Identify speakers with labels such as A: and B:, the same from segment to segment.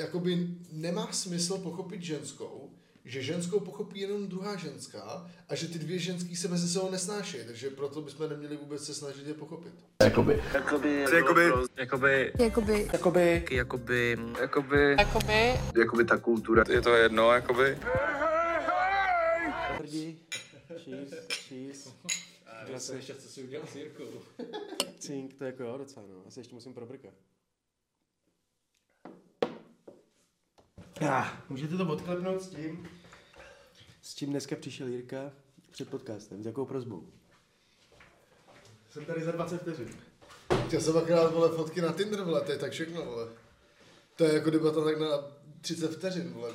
A: jakoby nemá smysl pochopit ženskou, že ženskou pochopí jenom druhá ženská a že ty dvě ženský se mezi sebou nesnášejí, takže proto bychom neměli vůbec se snažit je pochopit.
B: Jakoby.
C: Jakoby,
D: Jakoby-
C: jakoby,
E: Jakoby,
B: Jakoby.
C: jakoby, jakoby,
E: jakoby,
D: jakoby ta kultura.
C: je to jedno, jakoby.
B: Tvrdí. Cheese, cheese. Já jsem ještě, co si udělal s Jirkou. Cink, to je jako jo, docela no. Asi ještě musím probrkat. Ah, můžete to odklepnout s tím? S čím dneska přišel Jirka před podcastem? S jakou prozbou? Jsem tady za 20 vteřin.
A: Já jsem akorát vole fotky na Tinder vole, to je tak všechno vole. To je jako debata tak na 30 vteřin vole.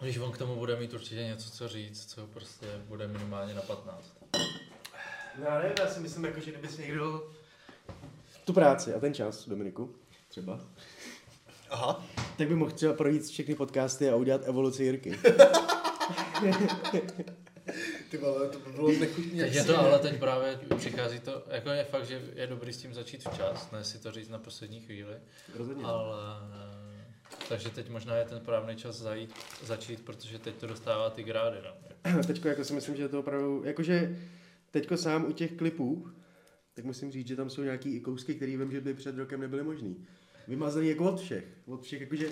F: Když on k tomu bude mít určitě něco co říct, co prostě bude minimálně na 15.
B: No ale já si myslím, jako, že kdyby si někdo... Tu práci a ten čas, Dominiku, třeba.
A: Aha.
B: Tak by mohl třeba projít všechny podcasty a udělat evoluci Jirky.
A: Ty vole, to by bylo nechutně.
F: Teď je to, ale teď právě přichází to, jako je fakt, že je dobrý s tím začít včas, ne si to říct na poslední chvíli,
B: Rozhodně.
F: ale eh, takže teď možná je ten správný čas zajít, začít, protože teď to dostává ty grády. No.
B: Teďko jako si myslím, že to opravdu, jakože teďko sám u těch klipů, tak musím říct, že tam jsou nějaký i kousky, které vím, že by před rokem nebyly možný. Vymazaný jako od všech. Od všech, jakože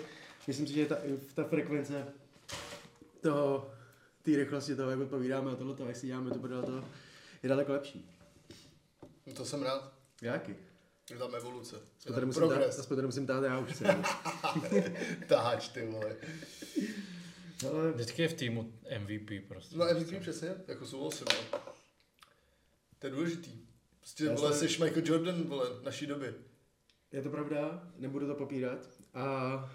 B: myslím si, že ta, ta frekvence toho, té rychlosti toho, jak odpovídáme a tohle, jak si děláme to podle toho, je daleko lepší.
A: To jsem rád.
B: Jaký?
A: Je tam evoluce. Je
B: Aspoň tady
A: tam
B: musím, tát,
A: progres.
B: aspoň tady musím tát, já už se.
A: Taháč ty vole.
B: Ale
F: Vždycky je v týmu MVP prostě.
A: No MVP přesně, jako souhlasím. No. To je důležitý. Prostě
B: Já
A: vole, jsi
B: jsem-
A: Michael Jordan vole, naší doby.
B: je to pravda, nebudu to popírat. A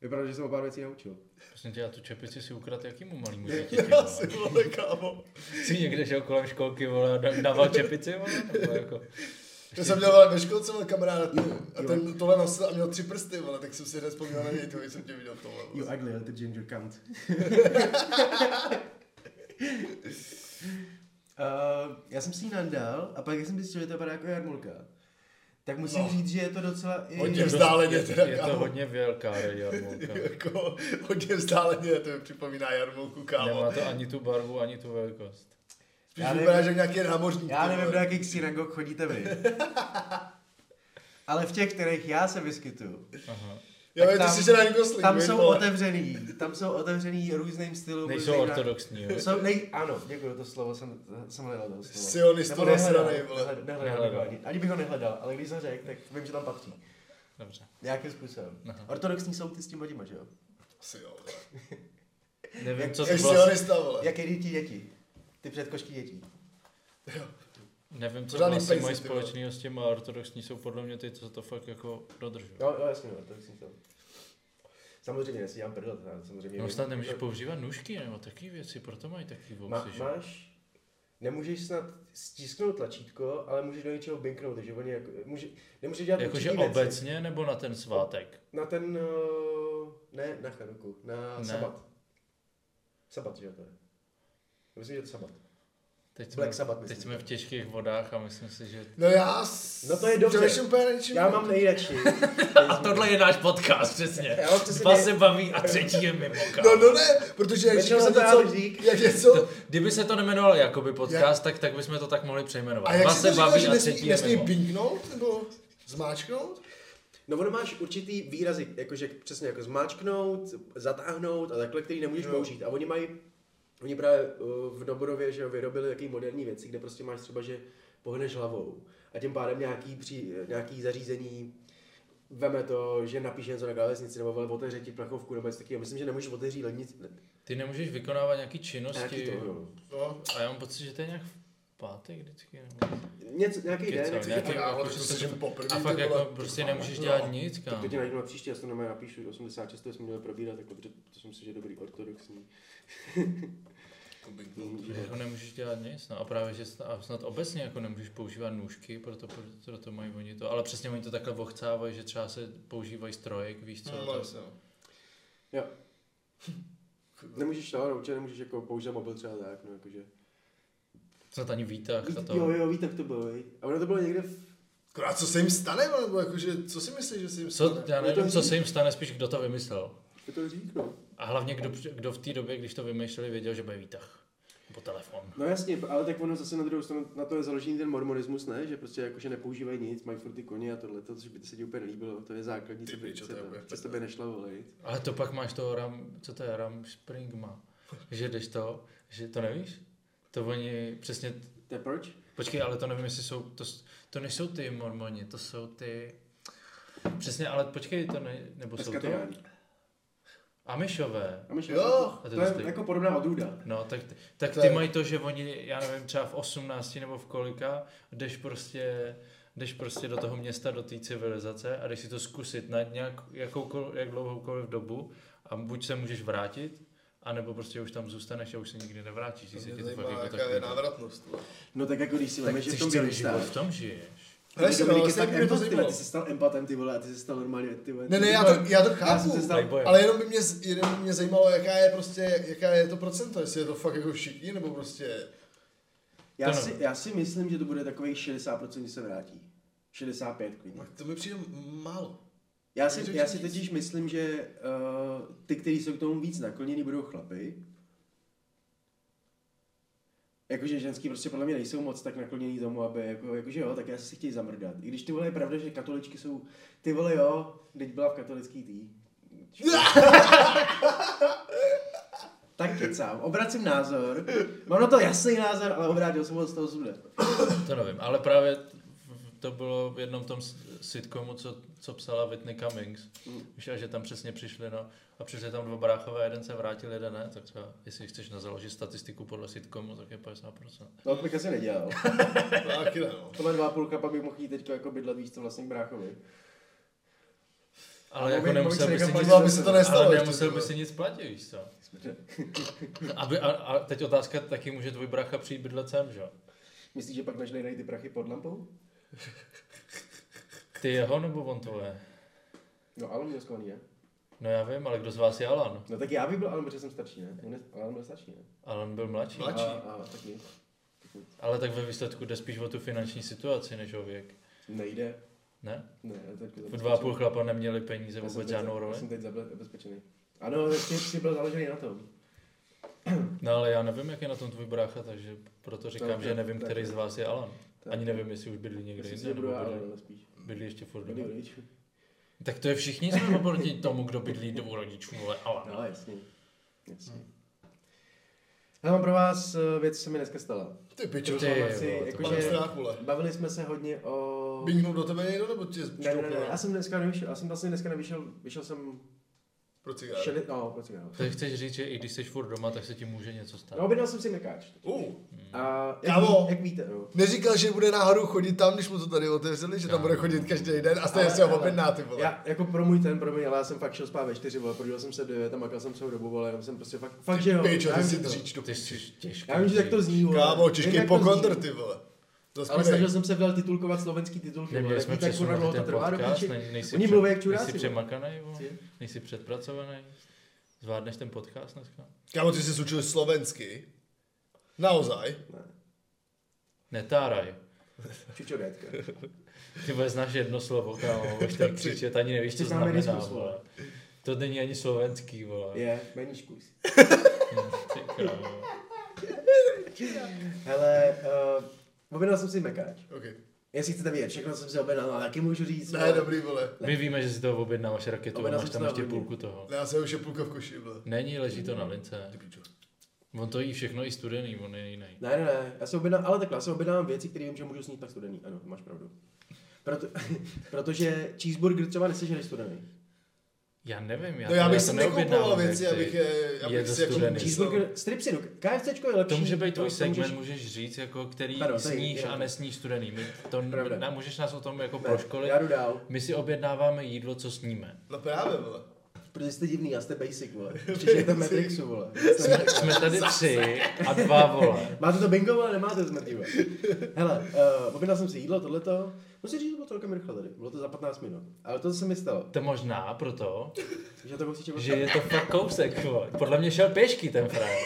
B: je pravda, že jsem o pár věcí naučil.
F: Prostě tě, a tu čepici si ukrad jakýmu malýmu dítěti.
A: Já
F: vole?
A: si vole, kámo.
F: Jsi někde šel kolem školky, vole, a da- dával čepici, vole, nebo jako...
A: Já jsem měl vole, ve školce měl kamaráda ty, a ten tohle nosil a měl tři prsty, vole, tak jsem si hned vzpomněl na něj, to jsem tě viděl tohle.
B: You
A: vole.
B: ugly little ginger cunt. uh, já jsem si ji nandal a pak jak jsem zjistil, že to vypadá jako jarmulka, tak musím
A: No.
B: no. říct, že je to docela i...
A: Hodně vzdáleně
F: je,
A: teda,
F: je to
A: kámo.
F: hodně velká jarmulka.
A: Jako hodně vzdáleně, to mi připomíná jarmulku, kámo.
F: Nemá to ani tu barvu, ani tu velkost.
A: Spíš
B: Já nevím-
A: vypadá, že nějaký námořník.
B: Já
A: ty
B: nevím,
A: vole.
B: do jakých synagog chodíte vy. Ale v těch, kterých já se vyskytuju,
F: Aha.
A: Jo,
B: tak
A: je to
B: tam-
A: si Ryan Gosling,
B: tam
A: víš,
B: jsou
A: vole.
B: otevřený, tam jsou otevřený různým stylům.
F: Nejsou
B: různým na-
F: ortodoxní, jo.
B: Jsou, nej, ano, děkuji, to slovo jsem, jsem hledal. To slovo.
A: Sionistu
B: Nebo nehledal,
A: nasranej, vole.
B: nehled- nehledal,
F: Nehledal.
B: nehledal. Ani, ani bych ho nehledal, ale když jsem řekl, tak vím, že tam patří.
F: Dobře.
B: Nějakým způsobem.
F: Aha.
B: Ortodoxní jsou ty s tím lidima, že jo?
A: Asi jo, vole.
F: Nevím, co to
A: Jsi
F: vlastně,
A: sionista, vole.
B: Jak jedí ti děti? Ty předkošky dětí.
F: nevím, co
A: Pořádný
F: vlastně
A: pejsy,
F: mají
A: ty vole.
F: společného s těma ortodoxní jsou podle mě ty, co to fakt jako dodržují.
B: No, no jasně, no, ortodoxní jsou. Samozřejmě, já si dělám prdel, teda, samozřejmě.
F: No snad nemůžeš
B: Jako-
F: používat nůžky nebo taky věci, proto mají taky
B: Ma,
F: boxy, že?
B: máš, nemůžeš snad stisknout tlačítko, ale můžeš do něčeho binknout, takže oni jako, může, nemůžeš dělat
F: Jakože
B: určitý věci.
F: obecně nebo na ten svátek?
B: Na ten, eh, ne, na Chanuku, na
F: Ne.
B: ne. sabat. Sabat, že jo, to je. Myslím, že to je sabat.
F: Teď jsme,
B: Black Sabbath,
F: teď
B: myslím.
F: jsme v těžkých vodách a myslím si, že...
A: No já... s-
B: No to je dobře.
A: Přemýšlím úplně na něčem
B: Já
A: jiném.
B: mám nejradši.
F: A tohle je náš podcast, přesně.
B: Já mám přesně Dva nej- se
F: baví a třetí je mimo,
A: No, no ne, protože jak
B: Většinou
A: říkám
B: jsem to já
A: něco,
B: dík.
A: jak něco,
F: Kdyby se to nemenovalo jakoby podcast, tak, tak bychom to tak mohli přejmenovat.
A: a jak
F: Dva
A: si to
F: se
A: říkal,
F: baví
A: že
F: a
A: nesmí,
F: třetí je
A: nesmí
F: mimo.
A: binknout, nebo zmáčknout?
B: No ono máš určitý výrazy, jakože přesně jako zmáčknout, zatáhnout a takhle, který nemůžeš no. použít. A oni mají, oni právě eh, v Doborově, že jo, vyrobili takový moderní věci, kde prostě máš třeba, že pohneš hlavou a tím pádem nějaký, při, nějaký zařízení veme to, že napíše něco na galesnici nebo vole, otevře ti plachovku nebo něco takového. Myslím, že nemůžeš otevřít lednici. Ne,
F: Ty nemůžeš vykonávat nějaký
B: nějaký
F: činnosti.
B: to, no.
A: No,
F: A já mám pocit, že to je nějak v pátek vždycky. Nebo...
B: Něco, nějaký den,
F: Kecal,
B: jak se
F: nějaký-
B: ti-
A: já, ale
F: jako,
A: to
F: že
A: se
F: to-
A: říkám poprvé,
F: A
A: ty
F: fakt
A: vole. no,
F: jako prostě nemůžeš dělat nic,
B: Tak to
F: kam.
B: ti najdu na příště, já si to na napíšu 86, to jsme měli probírat, tak protože to si myslím, že je dobrý ortodoxní.
F: Jako nemůžeš dělat nic, no a právě, že snad, a snad obecně jako nemůžeš používat nůžky, proto, proto mají oni to, ale přesně oni to takhle vochcávají, že třeba se používají strojek, víš co,
A: No,
F: no,
A: jasně, no.
B: Jo. Nemůžeš to, no, určitě nemůžeš jako používat mobil třeba tak, no jakože.
F: snad ani výtah a
B: Ví-
F: to.
B: Jo, jo, víte, jak to bylo, vej. A ono to bylo někde v
A: Akorát, co se jim stane, vole, nebo jakože, co si myslíš, že se jim stane?
F: Co, já nevím, co se jim stane, spíš kdo to vymyslel.
B: Je to řík, no.
F: A hlavně kdo, kdo v té době, když to vymýšleli, věděl, že bude výtah. Nebo telefon.
B: No jasně, ale tak ono zase na druhou stranu, na to je založený ten mormonismus, ne? Že prostě jakože nepoužívají nic, mají furt ty koně a tohle, to, což by se ti úplně nelíbilo, to je základní,
A: Ty
B: co by
A: pičo,
B: se
A: to je úplně
B: přes
A: prdel.
B: tebe nešlo volit.
F: Ale to pak máš toho Ram, co to je, Ram Springma. Že jdeš to, že to nevíš? To oni přesně,
B: To je proč?
F: počkej, ale to nevím, jestli jsou, to, s- to nejsou ty mormoni, to jsou ty, přesně, ale počkej, to ne, nebo jsou to
B: Peskatiáni.
F: Amišové.
B: A myš,
A: Jo,
B: to,
F: to
B: to je
F: jste-
B: jako podobná odrůda.
F: No, tak, ty- tak
A: To
F: ty
A: je-
F: mají to, že oni, já nevím, třeba v 18 nebo v kolika, jdeš prostě, jdeš prostě do toho města, do té civilizace a jdeš si to zkusit na nějak, jakoukoliv, jak dlouhoukoliv dobu a buď se můžeš vrátit, anebo prostě už tam zůstaneš a už se nikdy nevrátíš, když
A: To
F: se
A: mě
F: ti to fakt
A: zajímá,
F: jako
A: jaká je
F: tak
A: návratnost. vole.
B: No tak jako když si
F: tak
B: máme, že v
F: chceš
B: tom
F: celý
B: byli
F: život
B: stát.
F: v tom žiješ.
A: Hele,
B: Ale
A: jasně,
B: Dominik
A: ale
B: je tak
A: stejně mě to
B: empat, ty vole, ty
A: zajímalo.
B: jsi stal empatem, ty vole, a ty jsi stal normálně, ty vole.
A: Ne, ne,
B: ty
A: já
B: vole,
A: to, já to
B: já jsem
A: chápu,
B: se stal-
F: Playboy.
A: ale jenom by, mě, z- jenom by mě zajímalo, jaká je prostě, jaká je to procento, jestli je to fakt jako všichni, nebo prostě...
B: Já
F: To
B: si, já si myslím, že to bude takových 60%, že se vrátí. 65 klidně.
A: To mi přijde málo.
B: Já
A: Takže
B: si,
A: ti
B: já si
A: víc.
B: totiž myslím, že uh, ty, kteří jsou k tomu víc naklonění, budou chlapy. Jakože ženský prostě podle mě nejsou moc tak naklonění tomu, aby jako, jakože jo, tak já si chtějí zamrdat. I když ty vole je pravda, že katoličky jsou, ty vole jo, teď byla v katolický tý. tak kecám, obracím názor. Mám na to jasný názor, ale obrátil jsem ho z toho sude.
F: To nevím, ale právě to bylo v jednom tom sitcomu, co, co psala Whitney Cummings. Víš, a že tam přesně přišli, no, a přišli tam dva bráchové, jeden se vrátil, jeden ne, tak třeba, jestli chceš na založit statistiku podle sitcomu, tak je 50%.
B: No to bych asi nedělal.
A: Taky ne, no.
B: Tohle dva a půlka, pak bych mohl jít teď jako bydlet víc co vlastně k bráchovi.
F: Ale
B: A
F: jako
B: mohl bych-
F: nemusel
B: mohl
F: by
B: bych se
F: si
B: nechat
F: nic,
A: Možná by se to nestalo.
F: ale
A: ještě,
F: nemusel
A: ty
F: by
A: vole.
F: si nic platit, víš co? Aby, a, a, teď otázka, taky může tvůj brácha přijít bydlet sem, že? jo?
B: Myslíš, že pak nažlejnají ty prachy pod lampou?
F: Ty jeho nebo on tvoje?
B: No Alan byl skvělý, ne?
F: No já vím, ale kdo z vás je Alan?
B: No tak já bych byl Alan, protože jsem starší, ne? On je- Alan byl starší, ne?
F: Alan byl mladší.
A: Mladší.
B: A, a tak nic.
F: Ale tak ve výsledku jde spíš o tu finanční situaci, než o věk.
B: Nejde.
F: Ne?
B: Ne, já teď
F: V dva a půl chlapa neměli peníze
B: Já jsem
F: vůbec
B: teď-
F: žádnou
B: Já jsem
F: roli.
B: teď zabe- zabezpečený. Ano, tak jsi, jsi byl založený na tom.
F: No ale já nevím, jak je na tom tvůj brácha, takže proto
B: Tak,
F: říkám, že
B: tak,
F: nevím,
B: tak.
F: který z vás je Alan.
B: Tak.
F: Ani nevím, jestli už bydlí někde
B: Myslím si,
F: jinde,
B: že
F: nebo
B: budu
F: bydlí,
B: Alan, no, spíš.
F: bydlí ještě furt
B: Byli
F: doma.
B: rodičů.
F: Tak to je všichni jsme oproti tomu, kdo bydlí dvou rodičů, vole Alan.
B: No, jasně. Jasně.
F: Hmm.
B: Hele, mám pro vás eh, věc, co se mi dneska stala.
A: Ty pičo,
F: Ty
A: ty,
F: vole,
B: asi,
F: to
B: jakože-
A: pane
F: bylo-
A: strák, jako vole.
B: Bavili jsme se hodně o...
A: Bingnou do tebe někdo, nebo tě
B: Ne, ne, ne,
A: zbčoukla
B: já jsem dneska nevyšel, já jsem vlastně dneska nevyšel, vyšel jsem
A: pro cigáro?
B: šeli, no, prostě no.
F: To chceš říct, že i když jsi furt doma, tak se ti může něco stát.
B: No, objednal jsem si mekáč.
A: Uh,
F: Hmm.
B: A jak,
A: Kámo.
B: ví- jak víte, no.
A: neříkal, že bude náhodou chodit tam, když mu to tady otevřeli, že tam bude chodit každý den a stejně
B: Ale-
A: se
B: ale-
A: ho objedná, ty vole.
B: Já, jako pro můj ten, pro mě, ale já jsem fakt šel spát ve čtyři, vole, prodil jsem se do 9 a makal jsem celou dobu, vole, jenom jsem prostě fakt, fakt, že jo.
A: Pičo,
B: já
A: ty
B: vím,
A: si
B: že to-
A: dříč do
F: Ty
A: piči.
F: jsi těžko.
B: Já vím, že tak to zní, vole.
A: Kámo,
B: Vím,
A: český
B: jak to
A: pokontr,
B: zní.
A: ty vole.
B: jako Ale
A: Zaspívej.
B: snažil jsem se vole, titulkovat slovenský titulky,
F: Neměli
B: vole,
F: jsme
B: tak tak kurva
F: přesunuli
B: dlouho to
F: ten
B: trvá do
F: podcast,
B: piči.
F: ne, nejsi,
B: Oni
F: před-
B: mluví jak čuráci,
F: nejsi
B: vole.
F: přemakaný, vole.
B: Ty.
F: nejsi předpracovaný. Zvládneš ten podcast dneska?
A: Kámo, ty jsi se učil slovensky. Naozaj.
F: Netáraj.
B: Čučoretka.
F: Ty vole, znáš jedno slovo, kámo, už tak křičet, ani nevíš, co
B: Ty známe
F: znamená,
B: diskus, vole.
F: vole. To není ani slovenský, vole.
B: Je, meníš kus.
F: Ty krávo.
B: Hele, uh, objednal jsem si mekáč.
A: OK.
B: Jestli chcete vědět, všechno jsem si objednal, ale taky můžu říct.
A: Ne,
B: vole,
A: dobrý, vole.
F: My víme, že si toho objednáváš raketu a
B: Objednal
F: máš
B: jsem
F: tam
B: si to
F: ještě
B: na hodinu.
F: půlku toho.
A: Ne, Já jsem už je půlka v koši, vole.
F: Není, leží to na lince.
A: Ty pičo.
F: On to jí všechno i studený, on je jiný.
B: Ne, ne, ne, já se objednám, ale takhle, já se objednám věci, které vím, že můžu snít tak studený, ano, máš pravdu. Proto, protože cheeseburger třeba nesežereš studený.
F: Já nevím, já,
A: No já
F: to-
A: bych
F: to
A: si
F: neobjednávám,
A: nekupoval věci,
F: jak ty.
A: abych je, abych
F: to
A: si jako
F: studený.
A: myslel.
B: Cheeseburger, no, strip si, KFCčko je lepší.
F: To může být tvůj
B: to
F: segment,
B: můžeš-
F: můžeš říct, jako který
B: Pardon, tady,
F: sníš
B: jinak.
F: a nesníš studený. My to,
B: Pravda.
F: na, můžeš nás o tom jako
B: Ne,
F: proškolit.
B: Já jdu dál,
F: My si objednáváme jídlo, co sníme.
A: No právě, vole.
B: protože jste divný, já jste basic, vole. Přišli jste Matrixu, vole.
F: Jsme tady tři a dva vole.
B: Máte to bingo, ale nemáte zmrtý, vole. Hele, uh, objednal jsem si jídlo, tohleto. Musím říct, že to bylo celkem rychle tady, bylo to za 15 minut. Ale to se mi stalo,
F: To možná proto,
B: že to musíte
F: že je to fakt kousek. Vole. Podle mě šel pěšky ten frajer.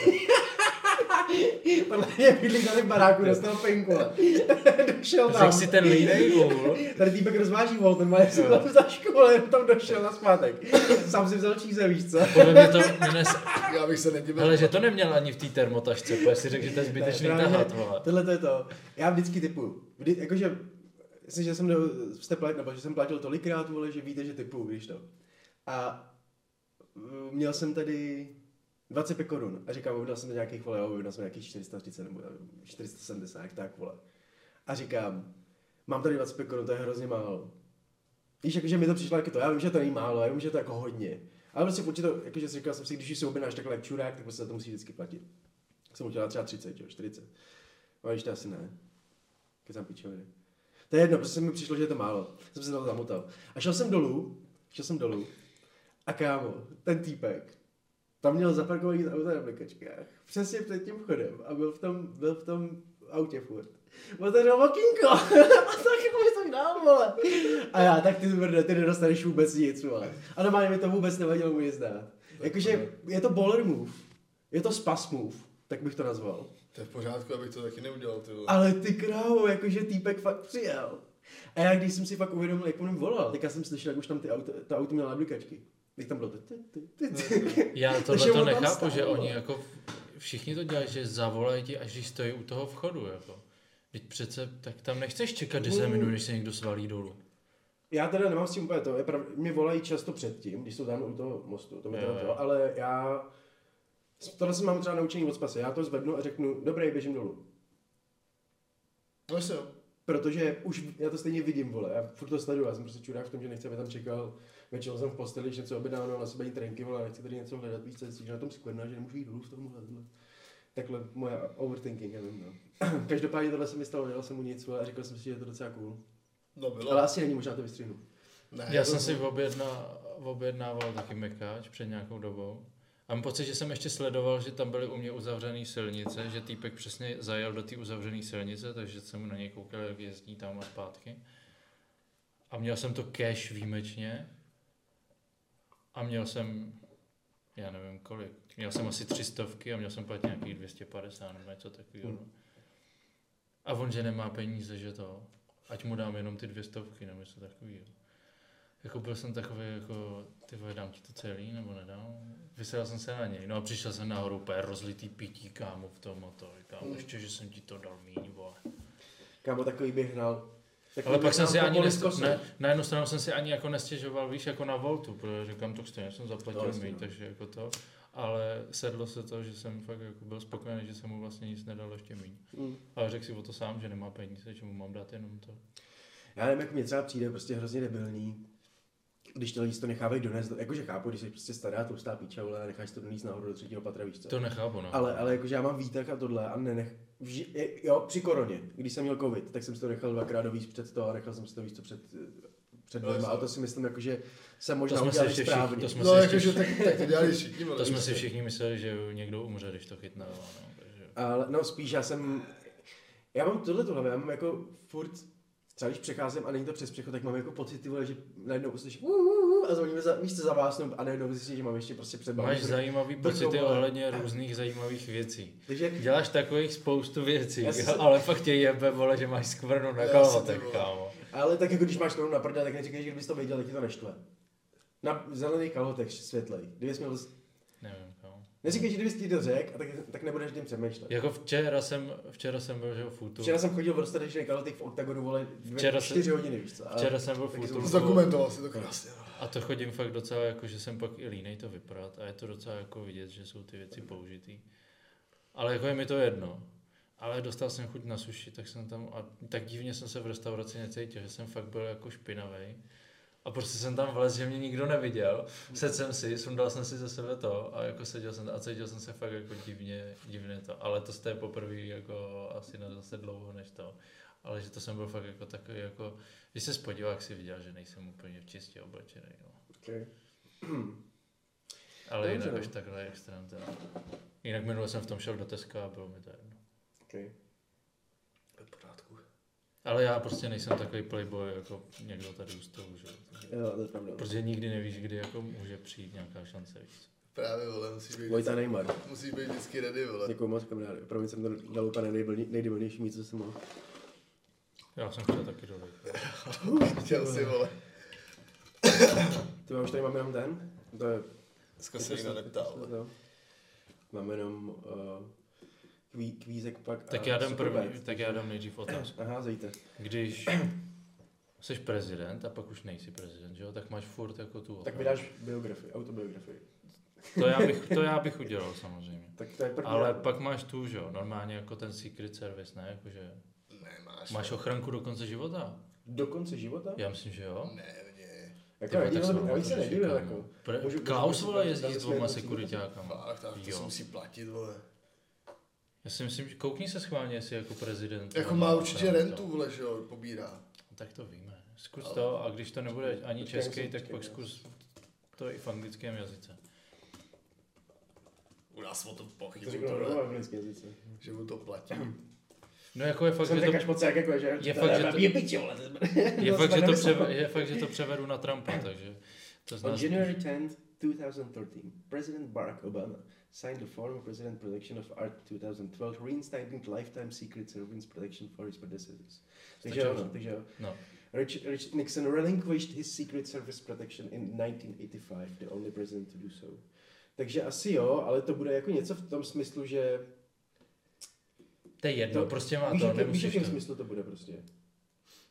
B: Podle mě bydlí tady v baráku, dostal penkole. Došel tam.
F: Řekl si ten línej gól.
B: Tady týpek rozváží vol, ten má si
F: Jo.
B: tam za škole, jenom tam došel na smátek. Sám si vzal číze, víš co?
F: Podle mě to dnes,
A: Já bych se nedivil.
F: hele, že to neměl ani v té termotašce, protože si řekl, že to je zbytečný
B: Ne, právě,
F: tahat, vole.
B: Tohle to je to. Já vždycky typu. Vždy, jakože, myslím, že jsem, do, jste platil, nebo že jsem platil tolikrát, vole, že víte, že typu, víš to. A mm, měl jsem tady 25 korun a říkám, objednal jsem to nějakých, vole, jo, objednal jsem nějakých 430 nebo já nevím, 470, jak tak, vole. A říkám, mám tady 25 korun, to je hrozně málo. Víš, jakože mi to přišlo jako to, já vím, že to není málo, já vím, že to je jako hodně. Ale prostě určitě, jakože si říkal jsem si, když ji si objednáš takhle jak čurák, tak prostě za to musíš vždycky platit. Tak jsem udělal třeba 30, jo, 40. No, když to asi ne. Když jsem pičoviny. To je jedno, prostě mi přišlo, že je to málo. Jsem se tam zamotal. A šel jsem dolů, šel jsem dolů. A kámo, ten týpek, tam měl zaparkovaný auto na blikačkách. Přesně před tím vchodem. A byl v tom, byl v tom autě furt. Otevřel okýnko. a tak jako mi tam dál, vole. A já, tak ty brde, ty nedostaneš vůbec nic, vole. A normálně mi to vůbec nevadilo mu nic dát. Jakože je to baller move. Je to spas move, tak bych to nazval.
A: To je v pořádku, abych to taky neudělal, ty vole.
B: Ale ty krávo, jakože týpek fakt přijel. A já když jsem si pak uvědomil, jak on volal, tak já jsem slyšel, jak už tam ty auto, ta auto měla aplikačky. Když tam bylo to... Ty, ty, ty, ty.
F: Já tohle
B: Takže
F: to
B: on tam
F: nechápu,
B: stál,
F: že
B: no.
F: oni jako všichni to dělají, že zavolají ti, až když stojí u toho vchodu, jako. Teď přece, tak tam nechceš čekat
B: Mm.
F: 10 minut, než se někdo svalí dolů.
B: Já teda nemám s tím úplně to, je pravda, mě volají často předtím, když jsou tam u toho mostu, to mi
F: Jo,
B: teda
F: jo.
B: to, ale já... Tohle jsem mám třeba naučený od spase, já to zvednu a řeknu, dobrý, běžím dolů.
A: No jasně, jo.
B: Protože už já to stejně vidím, vole, já furt to sleduju, já jsem prostě čurák v tom, že nechci, aby tam čekal, většinou jsem v posteli, že něco objednám, no, na sebe jít trenky, vole, nechci tady něco hledat, víc, co je na tom skvrna, že nemůžu jít dolů v tomhle, vole. Takhle moje overthinking, já vím, no. Každopádně tohle se mi stalo, dělal jsem mu nic, vole, a říkal jsem si, že je to docela cool.
A: No bylo.
B: Ale asi není, možná to vystřihnu.
A: Ne, jako
F: Já
A: to-
F: jsem si objedna, objednával taky mekáč před nějakou dobou. A mám pocit, že jsem ještě sledoval, že tam byly u mě uzavřené silnice, že týpek přesně zajel do té uzavřené silnice, takže jsem na něj koukal, jak jezdí tam a zpátky. A měl jsem to cash výjimečně. A měl jsem, já nevím kolik, měl jsem asi tři stovky a měl jsem platit nějakých 250 nebo něco takového.
A: Hmm.
F: no. A on, že nemá peníze, že to, ať mu dám jenom ty dvě stovky nebo něco takového. Jako byl jsem takový, jako, ty vole, dám ti to celý, nebo nedám? Vysel jsem se na něj, no a přišel jsem nahoru, úplně rozlitý pití, kámo, v tom a to, kámo,
B: Mm.
F: ještě, že jsem ti to dal míň, vole.
B: Kámo, takový bych hnal. Takový
F: Ale pak
B: bych
F: jsem
B: hnal
F: si
B: po
F: ani
B: poli
F: nest...
B: s kosou.
F: ne, na jednu stranu jsem si ani jako nestěžoval, víš, jako na Voltu, protože říkám, to stejně jsem
B: No,
F: zaplatil no,
B: jasně,
F: mít,
B: no.
F: takže jako to. Ale sedlo se to, že jsem fakt jako byl spokojený, že jsem mu vlastně nic nedal ještě míň.
B: Mm.
F: Ale řekl si o to sám, že nemá peníze, že mu mám dát jenom to.
B: Já nevím, jak mě třeba přijde prostě hrozně debilní, když ty lidi si to nechávají donést, do- jakože chápu, když jsi prostě stará tlustá píča, vole, a necháš to donést nahoru do třetího patra, víš co?
F: To nechápu, no.
B: Ale, ale jakože já mám výtah a tohle a nenech... Vži, je- jo, při koroně, když jsem měl covid, tak jsem si to nechal dvakrát dovíc před to a nechal jsem si to víc to před, před dvěma. A to si myslím, jakože jsem možná
F: No, to jsme si
B: udělal
F: ještě všichni,
B: správně.
F: to jsme
A: No
F: si ještě
A: jakože tak, tak to dělali všichni, vole.
F: To jsme si všichni mysleli, že někdo umře, když to chytne. No, takže...
B: Ale no spíš já jsem, já mám tohle tu hlavě, já mám jako furt, třeba když přecházím a není to přes přechod, tak mám jako pocit, ty vole, že najednou uslyším uh, uh, uh, a zvoníme za, víš co, zavásnu a najednou zjistím, že mám ještě prostě
A: No,
B: před
F: Máš
B: babičkou.
F: zajímavý
B: Brdo,
F: pocity
B: vole.
F: ohledně různých zajímavých věcí.
B: Takže
F: Děláš takových spoustu věcí,
B: Já jsem-
F: jo, ale fakt tě jebe, vole, že máš skvrnu na
A: Já jsem
F: kalhotech,
A: to, vole.
F: kámo.
B: Ale tak jako když máš korunu na prdele, tak neříkej, že kdybys to věděl, tak ti to neštve. Na zelený kalhotek světlej. Kdybys měl...
F: Nevím, kámo.
B: Neříkej, že kdybys ti to řekl, a tak, tak nebudeš tím přemýšlet.
F: Jako včera jsem, včera jsem byl, že jo, futu.
B: Včera jsem chodil v dostatečný kalhotek v oktagonu, vole, dvě,
F: Včera se-
B: čtyři hodiny, víš co. A
F: Včera jsem byl v
B: taky
F: útulku.
B: jsem-
A: Zdokumentoval si to krásně. no.
F: A to chodím fakt docela, jako, že jsem pak i línej to vyprat a je to docela jako vidět, že jsou ty věci použitý. Ale jako je mi to jedno. Ale dostal jsem chuť na suši, tak jsem tam, a tak divně jsem se v restauraci necítil, že jsem fakt byl jako špinavý. A prostě jsem tam vlez, že mě nikdo neviděl. Sedl jsem si, sundal jsem si ze sebe to a jako seděl jsem a cítil jsem se fakt jako divně, divně to. Ale to jste poprvé jako asi na zase dlouho než to. Ale že to jsem byl fakt jako takový jako, když se spodíval, jak si viděl, že nejsem úplně v čistě oblečený. No.
B: Okay.
F: Ale
B: Dobře,
F: jinak
B: no.
F: až takhle extrém teda. Jinak minule jsem v tom šel do Teska a bylo mi to jedno.
B: Okay.
A: To je v pořádku.
F: Ale já prostě nejsem takový playboy, jako někdo tady u stolu, že? jo.
B: Jo, to je pravda.
F: Prostě- Protože nikdy nevíš, kdy jako může přijít nějaká šance víc.
A: Právě, vole, musí být,
B: Vojta Neymar.
A: musí být vždycky ready, vole.
B: Děkuji moc, kamaráde. Opravdu jsem to dal úplně nejdebilně- nejdebilnější místo, co jsem mohl.
F: Já jsem chtěl taky dolit.
A: Chtěl si, vole.
B: Ty už tady máme jenom ten? To je...
A: Dneska se nikdo neptal.
B: to- Máme jenom uh, kví, kvízek pak
F: Tak
B: a
F: já dám
B: Superbad.
F: první, tak já dám nejdřív otázku.
B: Aha, zejte.
F: Když jsi prezident a pak už nejsi prezident, že jo, tak máš furt jako tu
B: Tak vydáš biografii, autobiografii.
F: To já bych, to já bych udělal samozřejmě.
B: Tak to je první.
F: Ale
B: nápad.
F: pak máš tu, že jo, normálně jako ten secret service, ne, jakože
A: Nemáš.
F: máš ochranku do konce života?
B: Do konce života?
F: Já myslím, že jo.
A: Ne, ne.
B: Jako,
F: Ty vole,
B: já,
F: tak
B: já,
F: jsem
B: já bych se
F: to
B: nedivil,
F: říkal,
B: jako.
F: no. Pre-
B: Můžu-
F: Klaus,
B: můžu-
F: vole,
B: můžu-
F: jezdí
B: dali
F: s
B: jsme
F: dvouma
B: jednou
F: sekuritákama.
A: Fakt, tak to
F: Jo.
A: se musí platit, vole.
F: Já si myslím, že koukni se schválně, jestli jako prezident.
A: Jako
F: nebo
A: má
F: to-
A: určitě rentu, vole, že jo, pobírá.
F: Tak to víme. Zkus to a když to nebude ani
B: Počkej,
F: český,
B: musím-
F: tak
B: počkej,
F: pak
B: já-
F: zkus to i v anglickém jazyce.
A: U nás o to
B: To
A: pochybu,
B: řeknu
A: tohle,
B: v anglickém jazyce.
A: že mu to platí.
F: No jako je fakt,
B: Jsem
F: že
B: tak
F: to,
B: až moc jak, jako, že...
F: Je fakt, že to-
B: Je piči, vole.
F: je
B: to
F: fakt,
B: jsem
F: že to,
B: nemyslel.
F: převe, je fakt, že to převedu na Trumpa, takže to
B: On
F: znáš.
B: January 10th, 2013, President Barack Obama signed the former President Protection of Art 2012, reinstating lifetime Secret Service protection for his predecessors. Takže
F: Stačilo.
B: ano, takže ano.
F: No.
B: Richard, Richard Nixon relinquished his Secret Service protection in 1985, the only president to do so. Takže asi jo, ale to bude jako něco v tom smyslu, že...
F: To je jedno,
B: To-
F: prostě má
B: víš,
F: to,
B: jak- víš, v
F: nemusíš
B: jakém
F: to.
B: smyslu to bude prostě?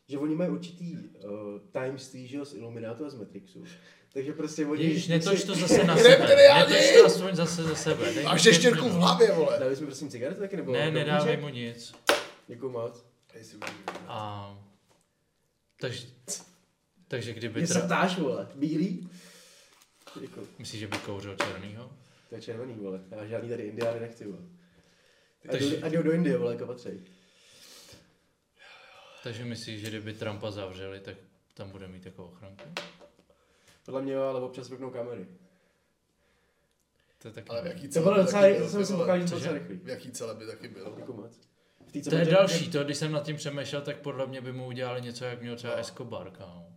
B: Že oni mají určitý uh, tajemství, že jo, z Illuminátu a z Matrixu. Takže prostě oni...
F: Ježiš, netoč
B: musí-
F: to zase na
A: Jdem
F: sebe,
A: tedy, já
F: netoč to
A: jdu.
F: aspoň zase za sebe. Dej mu
A: Až ještěrku
F: pět
A: v
F: minut.
A: hlavě, vole.
B: Dali jsme prosím cigaretu taky nebo?
F: Ne,
B: nebo
F: nedávej
B: knížek?
F: mu nic.
B: Děkuju moc.
F: A... Takže, takže kdyby
B: Mě se
F: tra...
B: ptáš, vole. Bílý? Děkuju.
F: Myslíš, že by kouřil černýho?
B: To je červený, vole. Já žádný tady indiány nechci, vole. A
F: Takže-
B: jdu, a jdu do Indie, vole, jako patřej.
F: Takže myslíš, že kdyby Trumpa zavřeli, tak tam bude mít jako ochranku?
B: Podle mě jo, ale občas ruknou kamery.
F: To je taky
A: Ale v
F: nevím.
A: jaký
B: To
A: cele
B: bylo
A: by
B: docela,
A: taky
B: to
A: byl,
B: jsem
A: ty
B: si
A: vole?
B: pocházím
F: Cože?
B: docela rychlý.
A: V jaký cele by taky byl.
B: Děkuju moc. V té, co
F: To je
B: byl-
F: další, to když jsem nad tím přemýšlel, tak podle mě by mu udělali něco, jak měl
B: No.
F: třeba Escobar, kámo.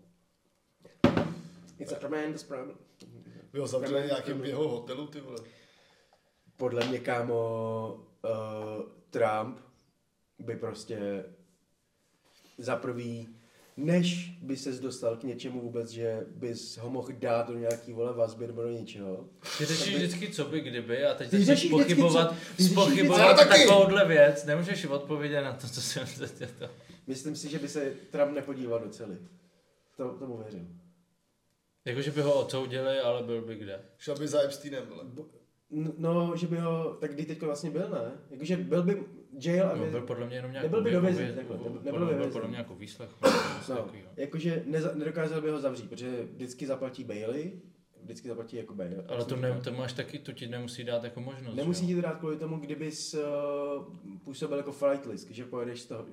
B: It's a tremendous problem.
A: Byl zavřený v nějakém jeho hotelu, ty vole.
B: Podle mě, kámo, uh, Trump by prostě za prvý, než by ses dostal k něčemu vůbec, že bys ho mohl dát do nějaký vole vazby nebo do něčeho,
F: Ty řešíš vždycky, co by kdyby, a teď
B: Ty
F: začneš
B: řešíš vždycky,
F: pochybovat,
B: co- ty řešíš
F: pochybovat
A: vždycky- Já taky.
F: takovouhle věc. Nemůžeš odpovědět na to, co jsem to.
B: Myslím si, že by se Trump nepodíval do cely. To, tomu věřím.
F: Jakože Jako, by ho odsoudili, ale byl by kde.
A: Šel by za Epsteinem, vole.
B: N- No, že by ho, tak kdy teďko vlastně byl, ne? Jakože byl by jail a
F: No,
B: by,
F: byl podle mě jenom nějak
B: Nebyl by
F: jako
B: do vězení,
F: vě-
B: takhle, nebyl-
F: podle-
B: nebyl by
F: byl
B: vězení.
F: podle mě jako výslech.
B: no, jakože neza, nedokázal by ho zavřít, protože vždycky zaplatí baily, vždycky zaplatí jako bail.
F: Ale to, ne, to máš taky, to ti nemusí dát jako možnost.
B: Nemusí
F: jo?
B: ti to dát kvůli tomu, kdyby jsi uh, působil jako flight risk, že pojedeš z toho,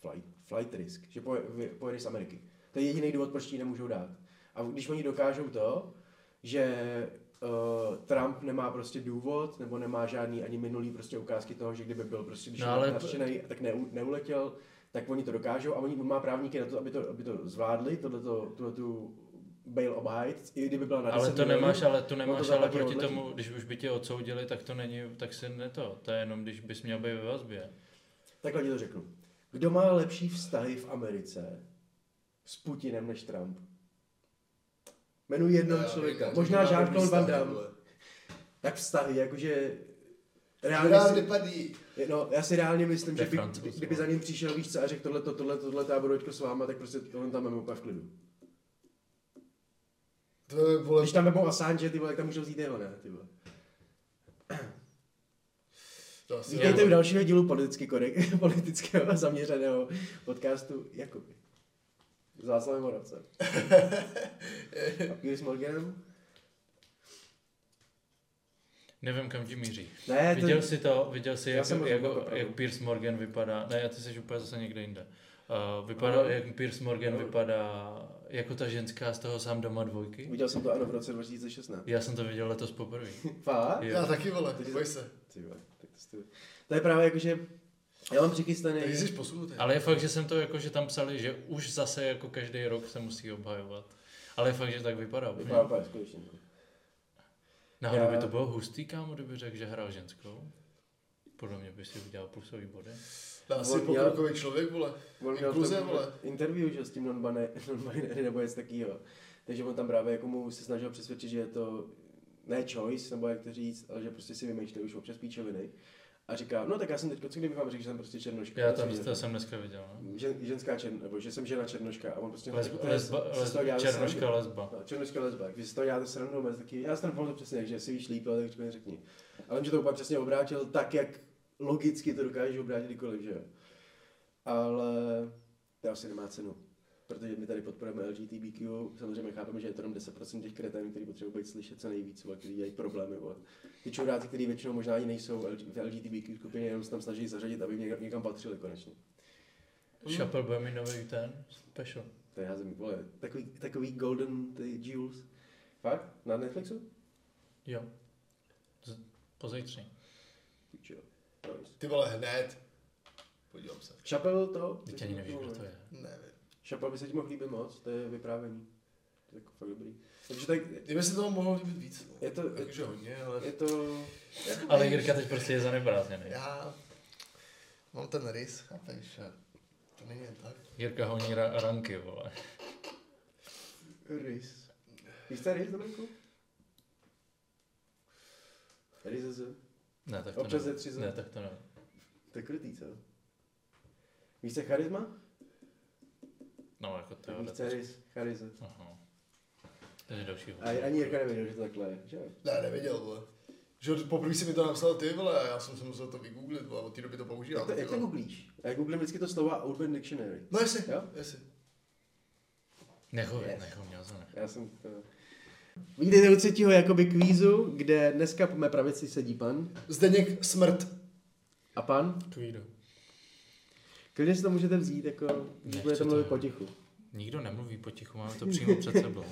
B: flight, flight risk, že poje, vy- pojedeš z Ameriky. To je jediný důvod, proč ti ji nemůžou dát. A když oni dokážou to, že uh, Trump nemá prostě důvod, nebo nemá žádný ani minulý prostě ukázky toho, že kdyby byl prostě, když
F: No,
B: no,
F: ale-
B: ale... nadšený, tak ne, neuletěl, tak oni to dokážou a oni on má právníky na to, aby to, aby to zvládli, tohleto, tuhletu bail obhájit, i kdyby byla na 10
F: Ale to
B: milionů,
F: nemáš, ale to
B: on
F: nemáš, ale
B: zaplatí a
F: proti
B: odletí.
F: tomu, když už by tě odsoudili, tak to není, tak si ne to. To je jenom, když bys měl být ve vazbě.
B: Takhle ti to řeknu. Kdo má lepší vztahy v Americe s Putinem než Trump? Jmenuji jednoho
A: Já
B: člověka.
A: nevím,
B: Možná
A: jaký má
B: Jean-Claude Van
A: vztahy,
B: Damme.
A: vole.
B: Tak vztahy, jakože... Reálně
A: Reálně
B: si,
A: padí.
B: no, já si reálně myslím,
F: To je
B: že by,
F: Francouz,
B: kdyby
F: no.
B: za ním přišel víš co a řekl tohle, tohle, tohle, já budu teďko s váma, tak prostě on tam máme úplně v klidu.
A: To je, vole,
B: Když tam nebo Assange, ty vole, tak tam můžou vzít jeho, ne, ty vole.
A: to asi
B: Vítejte
A: jo.
B: u dalšího dílu politicky korek, politického zaměřeného podcastu Jakoby. S Václavem Moravcem. A Piers Morganem?
F: Nevím, kam ti míří.
B: Ne,
F: Viděl
B: to...
F: jsi to, viděl jsi,
B: Já
F: jak,
B: jsem byl
F: jak,
B: zvolen opravdu.
F: jak Piers Morgan vypadá. Ne, ty jsi úplně zase někde jinde. Uh, vypadá,
B: Aha.
F: jak Piers Morgan
B: Ano.
F: vypadá jako ta ženská z toho sám doma dvojky.
B: Viděl jsem to ano v roce 2016.
F: Já jsem to viděl letos poprvé.
B: Fakt?
F: Jo.
A: Já taky, vole, boj se.
B: Ty vole, tak to, jste... to je právě jako, že já mám přichystaný...
A: Tak jsi posunutý.
F: Ale je fakt, že jsem to jako, že tam psali, že už zase jako každý rok se musí obhajovat. Ale je fakt, že tak vypadá. úplně.
B: Vypadá úplně skutečně.
F: Náhodou
D: Já-
F: by to bylo hustý, kámo, kdyby řekl, že hrál ženskou. Podle mě by si udělal plusový body.
A: Dá si
B: On měl-
A: pokrokový člověk, vole.
B: On měl
A: Inkluze,
B: to-
A: vole.
B: interview, že s tím non-bina- non-binary nebo něco takového. Takže on tam právě jako mu se snažil přesvědčit, že je to ne choice, nebo jak to říct, ale že prostě si vymýšlí už občas píčoviny. A říká, no tak já jsem teď, co kdybych vám řekl, že jsem prostě černoška.
F: Já
B: že
F: tam
B: jsem
F: to jsem dneska viděl. No?
B: žen- žen, ženská čern, nebo že jsem žena černoška. A on prostě
F: Lesba,
B: tak-
F: lesba,
B: si z toho
F: lesba,
B: děláte
F: černoška
B: srandu.
F: lesba.
B: No, černoška lesba, když si to děláte srandu, mezi taky, já jsem to přesně, že si víš líp, ale tak řekni, řekni. Ale on že to úplně přesně obrátil tak, jak logicky to dokáže obrátit kdykoliv, že jo. Ale to asi nemá cenu. Protože my tady podporujeme LGBTQ, samozřejmě chápeme, že je to jenom 10% těch kreténů, kteří potřebují být slyšet co nejvíc, a kteří dělají problémy. Vole. Ty čuráci, kteří většinou možná ani nejsou v LGBTQ skupině, jenom se tam snaží zařadit, aby někam, někam patřili konečně. Mm.
F: Šapel bude mít nový ten special.
B: To je házem, vole, takový, takový golden ty jewels. Fakt? Na Netflixu?
F: Jo. Z, pozejtří.
B: Pičo. No, nic.
A: Ty vole, hned. Podívám se.
B: Chapel to?
F: Teď ani nevíš, kdo to je.
A: Nevím.
B: Chapel by se ti mohl líbit moc, to je vyprávění. To je jako fakt dobrý. Takže tak,
A: Kdyby se toho mohlo líbit víc. no.
B: Je to-
A: Jakože hodně, ale...
B: je to...
F: Ale Jirka teď prostě je zaneprázdněný.
A: Já mám ten rys, chápeš? a To není jen tak.
F: Jirka honí ra- ranky, vole.
B: Rys. Víš, co je rys, Dominiku? Rys z...
F: Ne, tak to
B: Občas
F: ne.
B: je tři zem.
F: Ne, tak to ne.
B: To je krutý, co? Víš, co je charisma?
F: No, jako to
B: Tak
F: jo.
B: víš, co je rys. Charisma.
F: Aha. Takže další
B: A ani Jirka nevěděl, že to takhle je, že jo?
A: Ne, nevěděl, vole. Že od- poprvé si mi to napsal ty, vole, a já jsem se musel to vygooglit, vole, od té doby to používám.
B: Jak to,
A: ty
B: jak to
A: vole.
B: googlíš? Já googlím vždycky to slovo Urban Dictionary.
A: No jasně,
B: Jo?
A: jasně.
F: Nechovět,
B: Yes.
F: nechom, měl jsem.
B: Já jsem to... Vítejte u třetího jakoby kvízu, kde dneska po mé pravici sedí pan
A: Zdeněk smrt.
B: a pan.
F: Kvídu.
B: Klidně si to můžete vzít, jako když
F: Nechci
B: budete
F: to.
B: mluvit potichu.
F: Nikdo nemluví potichu, máme to přímo před sebou.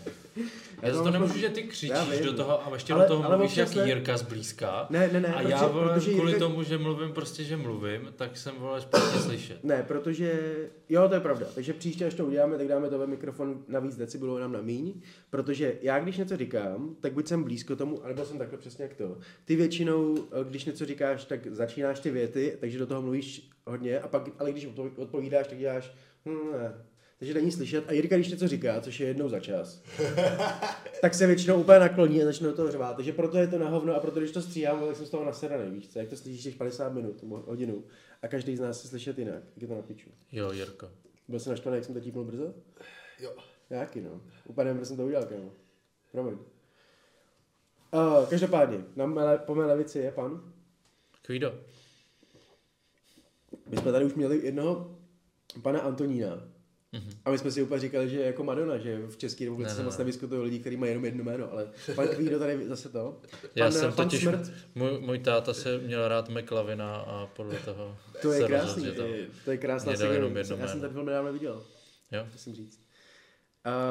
B: Já
F: Já za to
B: mám-
F: nemůžu, že ty
B: Já
F: křičíš
B: vím.
F: do toho a ještě
B: Ale-
F: do toho
B: ale
F: mluvíš jak
B: občas ne.
F: Jirka zblízka.
B: Ne, ne, ne,
F: a
B: protože-
F: já vole,
B: protože
F: kvůli
B: Jirka-
F: tomu, že mluvím prostě, že mluvím, tak jsem vole špatně slyšet.
B: Ne, protože, jo, to je pravda. Takže příště, až to uděláme, tak dáme to ve mikrofon na víc decibelů, nám na míň. Protože já, když něco říkám, tak buď jsem blízko tomu, anebo jsem takhle přesně jak to. Ty většinou, eh, když něco říkáš, tak začínáš ty věty, takže do toho mluvíš hodně, a pak, ale když odpo- odpovídáš, tak děláš, hm, ne. Takže není slyšet. A Jirka, když něco říká, což je jednou za čas, tak se většinou úplně nakloní a začne do toho řvát. Takže proto je to na hovno a proto, když to stříhám, tak jsem z toho naseraný, víš co? Jak to slyšíš těch 50 minut nebo hodinu a každý z nás se slyšet jinak, jak je to na piču.
F: Jo, Jirko.
B: Byl jsem naštvaný, jak jsem to típnul brzo?
A: Jo.
B: Jaký no. Úplně nevím, proč jsem to udělal, kámo. Promiň. Uh, každopádně, na mé, po mé levici je pan.
F: Kvído.
B: My jsme tady už měli jednoho pana Antonína. Mm-hmm. A my jsme si úplně říkali, že jako Madonna, že v České republice
F: Mhm. Ne,
B: ne,
F: ne,
B: se moc
F: ne.
B: nevyskutují lidi, kteří mají jenom jedno jméno, ale pan Kvído tady zase to. Pan,
F: Já
B: eh,
F: jsem
B: pan
F: totiž,
B: Smrt,
F: můj, můj táta se měl rád McLavina a podle toho
B: to je
F: se
B: krásný,
F: rozhodl, že
B: to, to je krásná
F: mě dal jenom jedno
B: seriál. Já jsem
F: jméno.
B: ten film nedávno viděl,
F: Jo.
B: musím říct.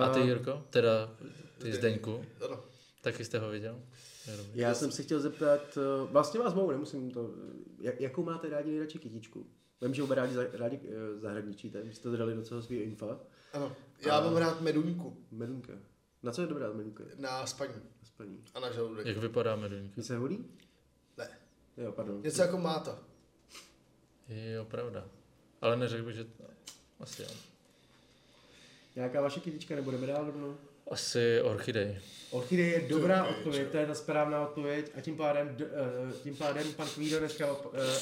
F: A ty Jirko, teda ty
A: Ty.
F: Zdeňku,
A: Ano.
F: taky jste ho viděl? Je dobrý.
B: Já jsem se chtěl zeptat, eh, vlastně vás mohu, nemusím to, eh, jak, jakou máte rádi nejradši kytičku? Vím, že oba rádi, za- rádi eh, zahraničíte, vy jste to dali do celého svého infa.
A: Ano. Já mám rád meduňku
B: Medunka. Na co je dobrá medunka?
A: na spaní
B: Aspoň.
A: a na žaludek.
F: Jak vypadá meduňka?
B: Mně se hodí?
A: Ne.
B: Jo, pardon.
A: Něco jako máta.
F: Jo, pravda. Ale neřekl bych, že... Asi jo.
B: Nějaká vaše kytička, nebudeme dál rovnou?
F: Asi orchidej.
B: Orchidej je dobrá
A: Orchidej,
B: odpověď, to je ta správná odpověď a tím pádem, d- eh, tím pádem pan Kvído dneska, op- eh,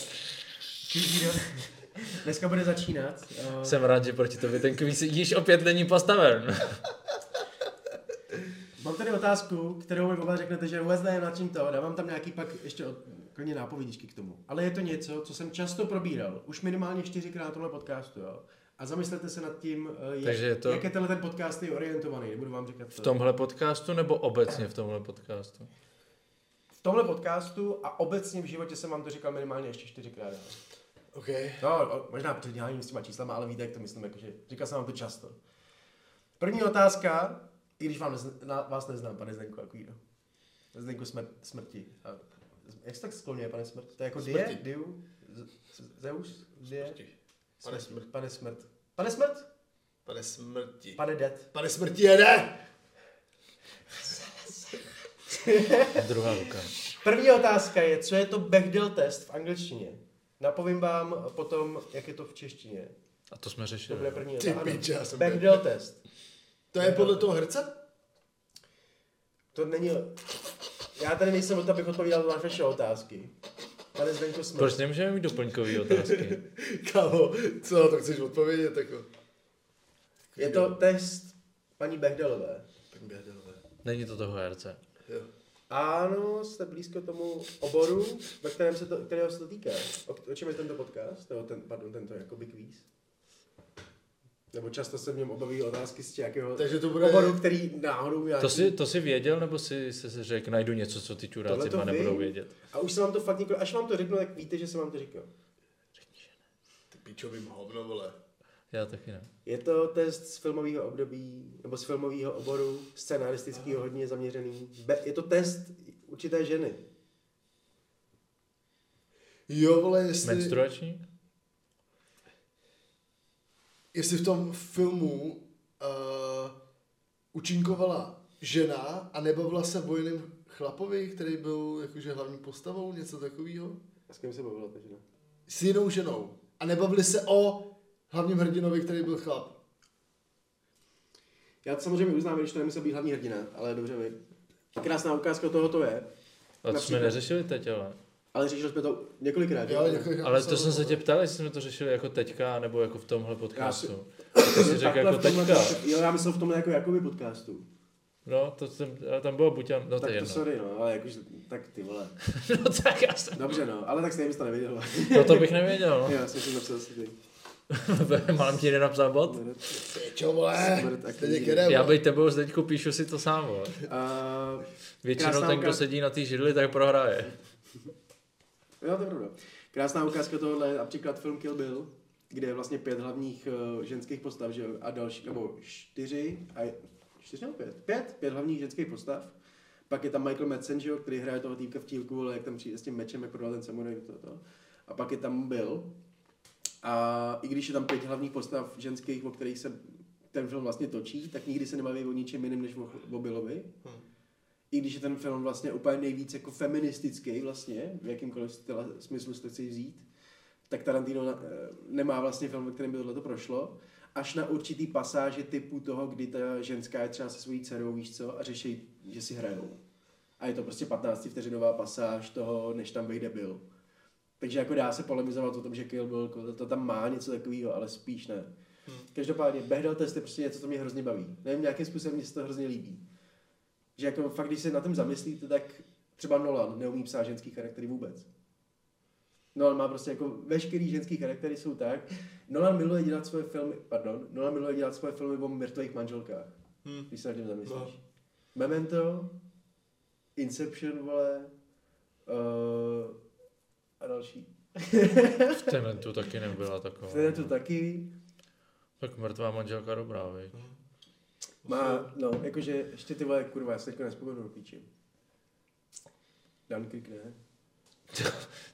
B: Kvído dneska bude začínat. eh,
F: Jsem rád, že proti tobě ten kvíz již opět není postaven.
B: Mám tady otázku, kterou mi oba řeknete, že vůbec nevím na čím to, dávám tam nějaký pak ještě od, klidně nápovědičky k tomu. Ale je to něco, co jsem často probíral, už minimálně čtyřikrát na tomhle podcastu, jo. A zamyslete se nad tím, eh, jak,
F: Takže je to-
B: jak je tenhle ten podcast je orientovaný, nebudu vám říkat
F: V tomhle podcastu nebo obecně v tomhle podcastu?
B: v tomhle podcastu a obecně v životě jsem vám to říkal minimálně ještě čtyřikrát. jo.
A: OK.
B: No, o- možná předěláním s těma číslama, ale víte, jak to myslím, jakože říkal jsem vám to často. První otázka, i když vám nezn, na, vás neznám, pane Zdenku, jako jde. Zdenku smrt, smrti. A, jak se tak skloňuje, pane smrt? To je jako
A: Smrti.
B: die, diu, Z- Z- Zeus, die,
A: Smrti. Pane smrt.
B: pane smrt. Pane smrt?
A: Pane smrti.
B: Pane det.
A: Pane smrti jede!
F: Druhá ruka.
B: První otázka je, co je to Bechdel test v angličtině? Napovím vám potom, jak je to v češtině.
F: A to jsme
B: To
F: řešili.
B: bude první
A: Ty
B: otázka.
A: piče, já jsem
B: Bechdel test.
A: To je podle toho herce?
B: To není... Já tady nejsem od toho, abych odpovídal na vaše otázky. Pane Zdenku jsme.
F: Proč nemůžeme mít doplňkové otázky?
A: Kámo, co na to chceš odpovědět? Jako?
B: Je to test paní Bechdelové.
F: Není to toho herce.
A: Jo.
B: Ano, jste blízko tomu oboru, ve kterém se to, kterého se to týká. O, o čem je tento podcast? Nebo ten, pardon, tento jakoby kvíz? Nebo často se v něm objeví otázky z nějakého
A: Takže to bude-
B: oboru, který náhodou nějaký...
F: To jsi, to jsi věděl, nebo jsi, jsi si řekl, najdu něco, co ty čuráci
B: Tohle to
F: dva nebudou
B: vím.
F: vědět?
B: A už jsem vám to fakt někdo, až vám to řeknu, tak víte, že jsem vám to říkal.
A: Ty pičovým hovno, vole.
F: Já taky ne.
B: Je to test z filmového období, nebo z filmového oboru, scenaristického hodně zaměřený. Be, je to test určité ženy.
A: Jo, vole, jestli,
F: Menstruační?
A: jestli v tom filmu uh, učinkovala žena a nebavila se vojeným chlapovi, který byl jakože hlavní postavou, něco takového,
B: S kým se bavila ta žena?
A: s jinou ženou. A nebavili se o hlavním hrdinovi, který byl chlap.
B: Já to samozřejmě uznám, když to nemusel být hlavní hrdina, ale dobře vy. Krásná ukázka tohoto je.
F: A to jsme
B: Například.
F: neřešili teď, ale.
B: Ale řešili jsme to několikrát.
A: Jo,
B: že?
A: několik-
F: Ale to jsem se tě ptal, jestli jsme to řešili jako teďka, nebo jako v tomhle podcastu.
B: Já
F: To jsi
B: jsem
F: řekl
B: takhle
F: jako
B: v tomhle-
F: teďka.
B: Jo, já myslel v tomhle jako Jakoby podcastu.
F: No, to jsem, ale tam bylo buď, no to
B: tak
F: je
B: to
F: jedno.
B: sorry, no, ale jakože, tak ty vole.
F: No tak já jsem,
B: Dobře no, ale tak stejně bys to nevěděl.
F: no to bych nevěděl, no.
B: Já jsem si napsal asi ty.
F: Mám ti nenapsat bod?
A: Čo, vole,
B: Smrt a
A: teď
B: kníry.
A: jedem,
F: Já
A: vole.
F: bych tebou zdeďku píšu si to sám, vole.
B: A-
F: Většinou
B: Krásná
F: ten, kdo
B: ukázka.
F: sedí na té židli, tak prohraje.
B: Jo, to je pravda. Krásná ukázka tohohle je například film Kill Bill, kde je vlastně pět hlavních eh, ženských postav, že jo, a další, nebo čtyři, a je- čtyři nebo pět? Pět, pět hlavních ženských postav. Pak je tam Michael Madsen, že jo, který hraje toho týpka v tílku, ale jak tam přijde s tím mečem, jak prodal ten samuraj, to, to. A pak je tam Bill. A i když je tam pět hlavních postav ženských, o kterých se ten film vlastně točí, tak nikdy se nebaví o ničem jiném než o, o Billovi i když je ten film vlastně úplně nejvíc jako feministický vlastně, v jakýmkoliv styla, smyslu si to chci vzít, tak Tarantino na, eh, nemá vlastně film, ve kterém by tohle to prošlo, až na určitý pasáže typu toho, kdy ta ženská je třeba se svojí dcerou, víš co, a řeší, že si hrajou. A je to prostě 15 vteřinová pasáž toho, než tam vejde byl. Takže jako dá se polemizovat o tom, že Kill Bill to, to tam má něco takového, ale spíš ne. Hmm. Každopádně, Bechdel test je prostě něco, co mě hrozně baví. Nevím, nějakým způsobem mě se to hrozně líbí že jako fakt, když se na tom zamyslíte, tak třeba Nolan neumí psát ženský charaktery vůbec. Nolan má prostě jako veškerý ženský charaktery jsou tak. Nolan miluje dělat svoje filmy, pardon, Nolan miluje dělat svoje filmy o mrtvých manželkách, hmm. když se na tím zamyslíš.
A: No.
B: No. Memento, Inception, vole, uh, a další.
F: V Tenentu taky nebyla taková.
B: Ten to taky.
F: Tak mrtvá manželka dobrá, viď?
B: Má, no, jakože ještě ty vole, kurva, já se teďka nespomenu do píči. Dunkirk, ne?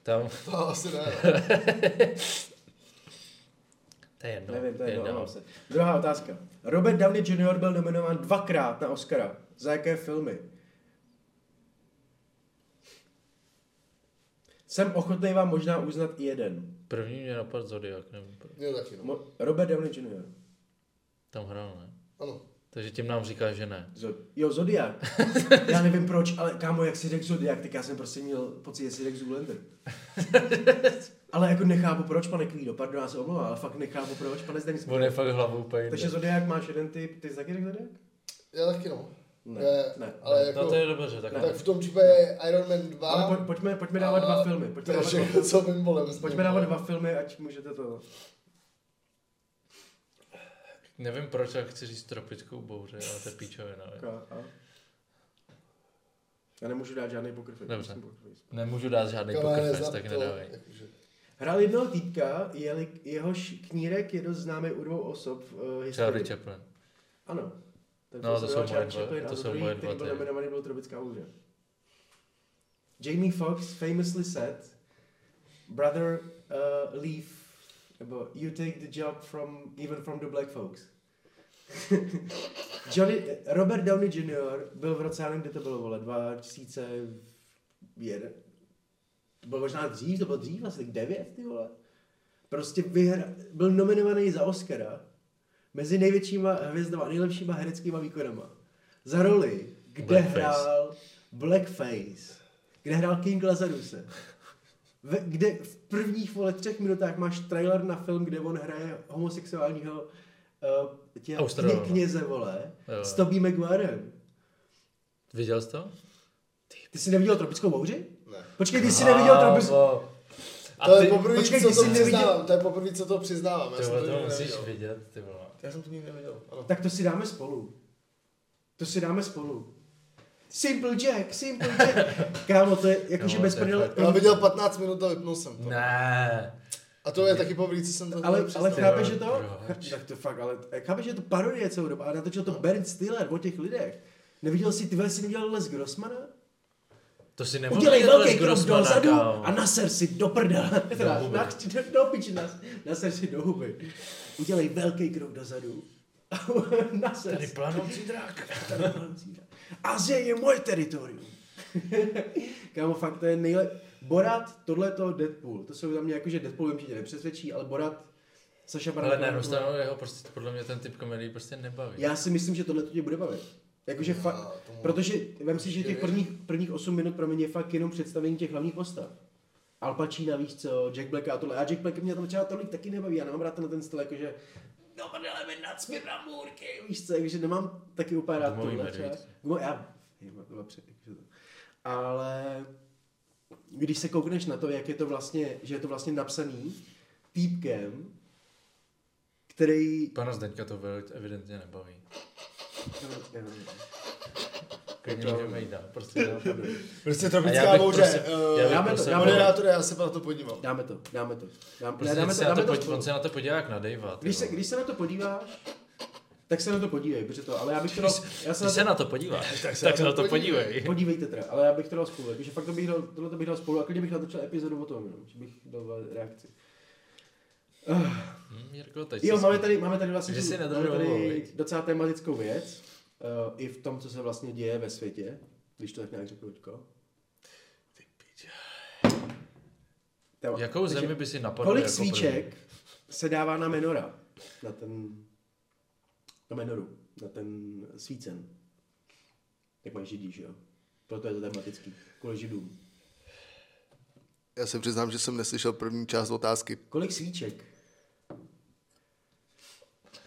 F: Tam,
A: To asi ne.
F: to je jedno.
B: Nevím, to je
F: jedno.
B: jedno, no. omlouvám se. Druhá otázka. Robert Downey Jr. byl nominován dvakrát na Oscara. Za jaké filmy? Jsem ochotný vám možná uznat i jeden.
F: První mě napadl Zodiak, nevím, proč.
A: Mě taky, no.
B: Mo- Robert Downey Jr.
F: tam hrál, ne?
A: Ano.
F: Takže tím nám říká, že ne.
B: Zod- jo, Zodiak. já nevím proč, ale kámo, jak si řekl Zodiak, tak já jsem prostě měl pocit, že si řekl Zoolander. ale jako nechápu proč, pane Kvído, pardon, já se omlouvám, ale fakt nechápu proč, pane Zdeňsku.
F: On je fakt hlavou pejde.
B: Takže Zodiak máš jeden typ, ty jsi taky řekl Zodiak?
A: Já taky, no.
B: Ne, ne,
A: ale jako,
F: No to je dobře, tak
A: Tak v tom případě Iron Man 2.
B: Ale poj- pojďme, pojďme dávat dva filmy.
A: To
B: Pojďme
A: je
B: dávat dva
A: všechno, co vím, vole. prostě.
B: Pojďme dávat dva filmy, ať můžete to...
F: Nevím proč, ale chci říct tropickou bouři, ale to je píčovina. viď?
B: A- a- Já nemůžu dát žádný poker face.
F: Dobře.
B: musím poker face.
F: Nemůžu dát žádný poker face, tak nedávej.
B: Hrál jednoho týpka, jeli, jehož knírek je dost známý u dvou osob v uh, historii.
F: Charlie Chaplin.
B: Ano. Ten
F: No,
B: film
F: to
B: se jmenoval
F: jsou
B: Charlie
F: moje dva-
B: Chaplin a
F: to
B: za
F: jsou
B: druhý,
F: moje dva
B: který byl
F: ty.
B: nominovaný, byl Tropická hůře. Jamie Foxx famously said, Brother, uh, leave, nebo you take the job from, even from the black folks. Johnny, Robert Downey Jr. byl v roce, já nevím, kdy to bylo, vole, 2001. To bylo možná dřív, to bylo dřív, asi tak 9, ty vole. Prostě vyhra, byl nominovaný za Oscara mezi největšíma hvězdama a nejlepšíma hereckýma výkonama. Za roli, kde
F: Blackface.
B: hrál Blackface, kde hrál King Lazaruse. Ve, kde v prvních vole třech minutách máš trailer na film, kde on hraje homosexuálního uh, tě, kně,
F: Australana.
B: kněze, vole,
F: Jo.
B: s Tobey Maguirem.
F: Viděl jsi to?
B: Ty jsi neviděl Tropickou bouři?
A: Ne.
B: Počkej, ty jsi neviděl Tropickou...
A: To
F: A
A: je
F: ty,
A: poprvé,
B: počkej,
A: co
B: ty
A: to
B: jsi neviděl-
A: přiznávám, to je poprvé, co to přiznávám, já
F: ty
A: jsem
F: vole,
A: to
F: to
A: nikdy
F: musíš
B: no.
A: neviděl.
F: vidět, ty vole.
A: Já jsem to nikdy neviděl, ano.
B: Tak to si dáme spolu. To si dáme spolu. Simple Jack, Simple Jack. Kámo, to je jakože
F: No, to
B: bezprdel.
F: je fakt.
A: Já viděl 15 minut a vypnul jsem to.
F: Ne.
A: A to je taky poprvé, co jsem to
B: Ale, ale
A: nepřiznal.
B: chápeš, že
F: Ty
B: to?
F: vole, proč?
B: Tak to fakt, ale chápeš, že to parodie celou dobu. A natočil to Ben Stiller o těch lidech. Neviděl jsi, ty vole, jsi neviděl Les Grossmana?
F: To si nemohl
B: Udělej velký krok
F: Grossmana,
B: dozadu
F: kámo.
B: a naser si do prdele. Teda,
F: huby.
B: na, do, do piči nas, naser si do huby. Udělej velký krok dozadu. naser
F: Tady
B: si.
F: planoucí drak.
B: Tady balancí. Azie je moje teritorium. Kámo, fakt to je nejlepší. Borat, tohle to Deadpool. To jsou za mě jakože Deadpool vím, že tě nepřesvědčí, ale Borat, Saša Baron
F: Ale ne,
B: Cohen,
F: Rostanou, jeho prostě, podle mě ten typ komedii prostě nebaví.
B: já si myslím, že tohle to tě bude bavit. Jakože
A: Já
B: fakt,
A: tomu
B: protože vem si, že těch
A: věřím.
B: prvních, prvních 8 minut pro mě je fakt jenom představení těch hlavních postav. Al Pacino, víš co, Jack Black a tohle. A Jack Black mě tam třeba tolik taky nebaví, já nemám rád na ten styl, jakože no prdele, mi nacmír na můrky, víš co, jakože nemám taky úplně rád
F: Gumový
B: tohle
F: medvěd.
B: třeba. No, já, jim, dobře, jakože to. ale když se koukneš na to, jak je to vlastně, že je to vlastně napsaný týpkem, který...
F: Pana Zdeňka to vel- evidentně nebaví. Klidně
B: Opravdu.
F: můžeme jít dál, prostě dál půjdu.
A: Prostě
F: A já
A: tropická
F: bych
A: bouře.
F: prosil-
A: eh,
F: já
B: dáme
F: bych prostě-
B: to,
F: prosil-
B: dáme to.
A: Moderátore, já se na to podívám.
B: Dáme to, dáme to. Dám,
F: Prostě
B: ne, dáme
F: se
B: to,
F: na
B: dáme
F: to
B: to,
F: podí-
B: spolu.
F: on se na to podívá jak na Davea.
B: Když se, když se na to podíváš, tak se na to podívej, protože to, ale já bych to dal, já se
F: Když
B: na
F: se
B: to,
F: na to podíváš, tak se na to podívej.
B: podívejte teda, ale já bych to dal spolu, protože fakt to bych dal, tohle to bych dal spolu a klidně bych natočil epizodu o tom, jenom, že bych dal reakci.
F: Hm, Jirko, teď
B: Jo,
F: jsi-
B: máme tady, máme tady vlastně
F: Že
B: tu-
F: si nedal
B: máme
F: dovolil,
B: tady
F: viď?
B: docela tematickou věc, uh, i v tom, co se vlastně děje ve světě, když to tak nějak řekl Luďko. Ty píče.
F: Jakou zemi by si napadl
B: Kolik
F: jako
B: svíček se dává na menora? Na ten... Na menoru. Na ten svícen. Jak mají židí, že jo? Proto je to tematický. Kvůli židům.
A: Já se přiznám, že jsem neslyšel první část otázky.
B: Kolik svíček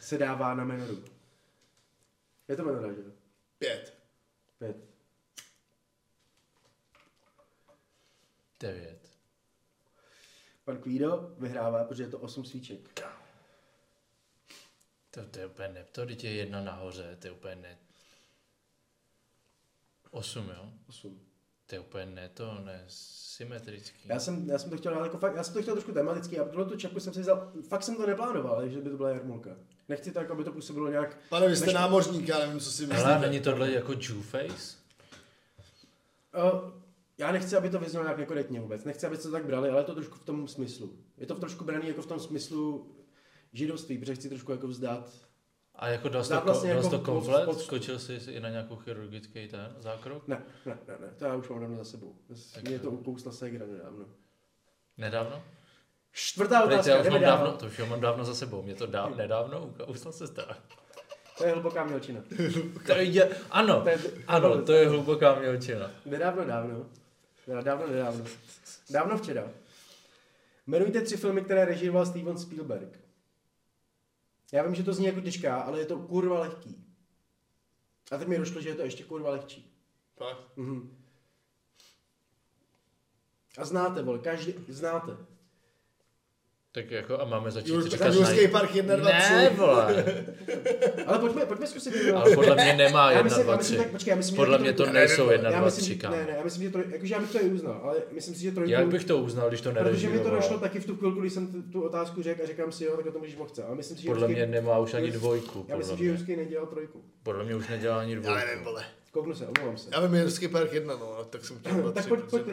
B: se dává na menoru? Je to menora, že jo?
A: Pět.
B: Pět.
F: Devět.
B: Pan Kvído vyhrává, protože je to osm svíček.
F: To, to je úplně ne, to teď je jedna nahoře, to je úplně ne. Osm, jo?
B: Osm.
F: To je úplně ne, to ne, symetrický.
B: Já jsem, já jsem to chtěl dát jako fakt, já jsem to chtěl trošku tematický a pro tu čapku jsem si vzal, fakt jsem to neplánoval, že by to byla jarmulka. Nechci to, jako aby to působilo nějak,
A: Pane, vy jste
B: Než-
A: námořník, já nevím, co si
F: Ale
A: myslíte.
F: není tohle jako Jewface?
B: uh, já nechci, aby to vyznělo nějak nekorektně vůbec, nechci, aby se to tak brali, ale je to trošku v tom smyslu. Je to v trošku braný jako v tom smyslu židovství, protože chci trošku jako vzdát.
F: A jako dal jsi
B: Dá
F: to,
B: vlastně
F: vlastně dal jsi
B: jako
F: to
B: pod-
F: komplet?
B: pod-
F: Skočil jsi i na nějakou chirurgický ten zákrok?
B: Ne, ne, ne, ne, to já už mám dávno za sebou. Mě to ukousla ségra nedávno.
F: Nedávno?
B: No, Čtvrtá
F: Prejte,
B: otázka,
F: já už
B: jdeme
F: mám dávno,
B: dál.
F: to už já mám dávno za sebou, mě to dá,
B: Hmm.
F: nedávno ukousla se stala.
B: To je hluboká mělčina.
F: To je, ano,
B: To je-
F: ano, to je hluboká mělčina.
B: Nedávno, dávno. Teda Dávno, nedávno. Dávno včera. Jmenujte tři filmy, které režíroval Steven Spielberg. Já vím, že to zní jako těžká, ale je to kurva lehký. A teď mi došlo, že je to ještě kurva lehčí. Mhm. A znáte, vole, každý, znáte.
F: Tak jako a máme začít
A: Jur-
F: říkat
A: Jurský
F: naj-
A: park 21.
F: Ne, vole.
B: Ale pojďme, pojďme zkusit.
F: Ale podle mě nemá
B: Já
F: jedna,
B: myslím,
F: dva,
B: já myslím,
F: tři.
B: tak, počkej, já myslím, že
F: Podle
B: taky
F: mě to
B: trojku-
F: nejsou jedna,
B: já
F: dva,
B: myslím,
F: tři,
B: že- ne, ne,
F: kámo.
B: já myslím, že to, jakože já bych to i uznal, ale myslím si, že trojku...
F: Jak bych to uznal, když to
B: Protože mi to došlo
F: nerežíroval?
B: taky v tu chvilku, když jsem t- tu otázku řekl a říkám si, jo, tak o tom když moc Ale myslím si, že
F: Podle
B: Jurský-
F: mě nemá už ani
B: Jurs-
F: dvojku,
B: Já
F: podle
B: myslím, že
F: mě.
B: Jurský nedělal trojku.
F: Podle mě už nedělá ani
A: Já nevím,
F: dvojku.
A: vole.
B: Kouknu se, omlouvám se.
A: Já vím, Jirský park 1, no, ale tak jsem chtěl
B: tak pojď, pojď ty.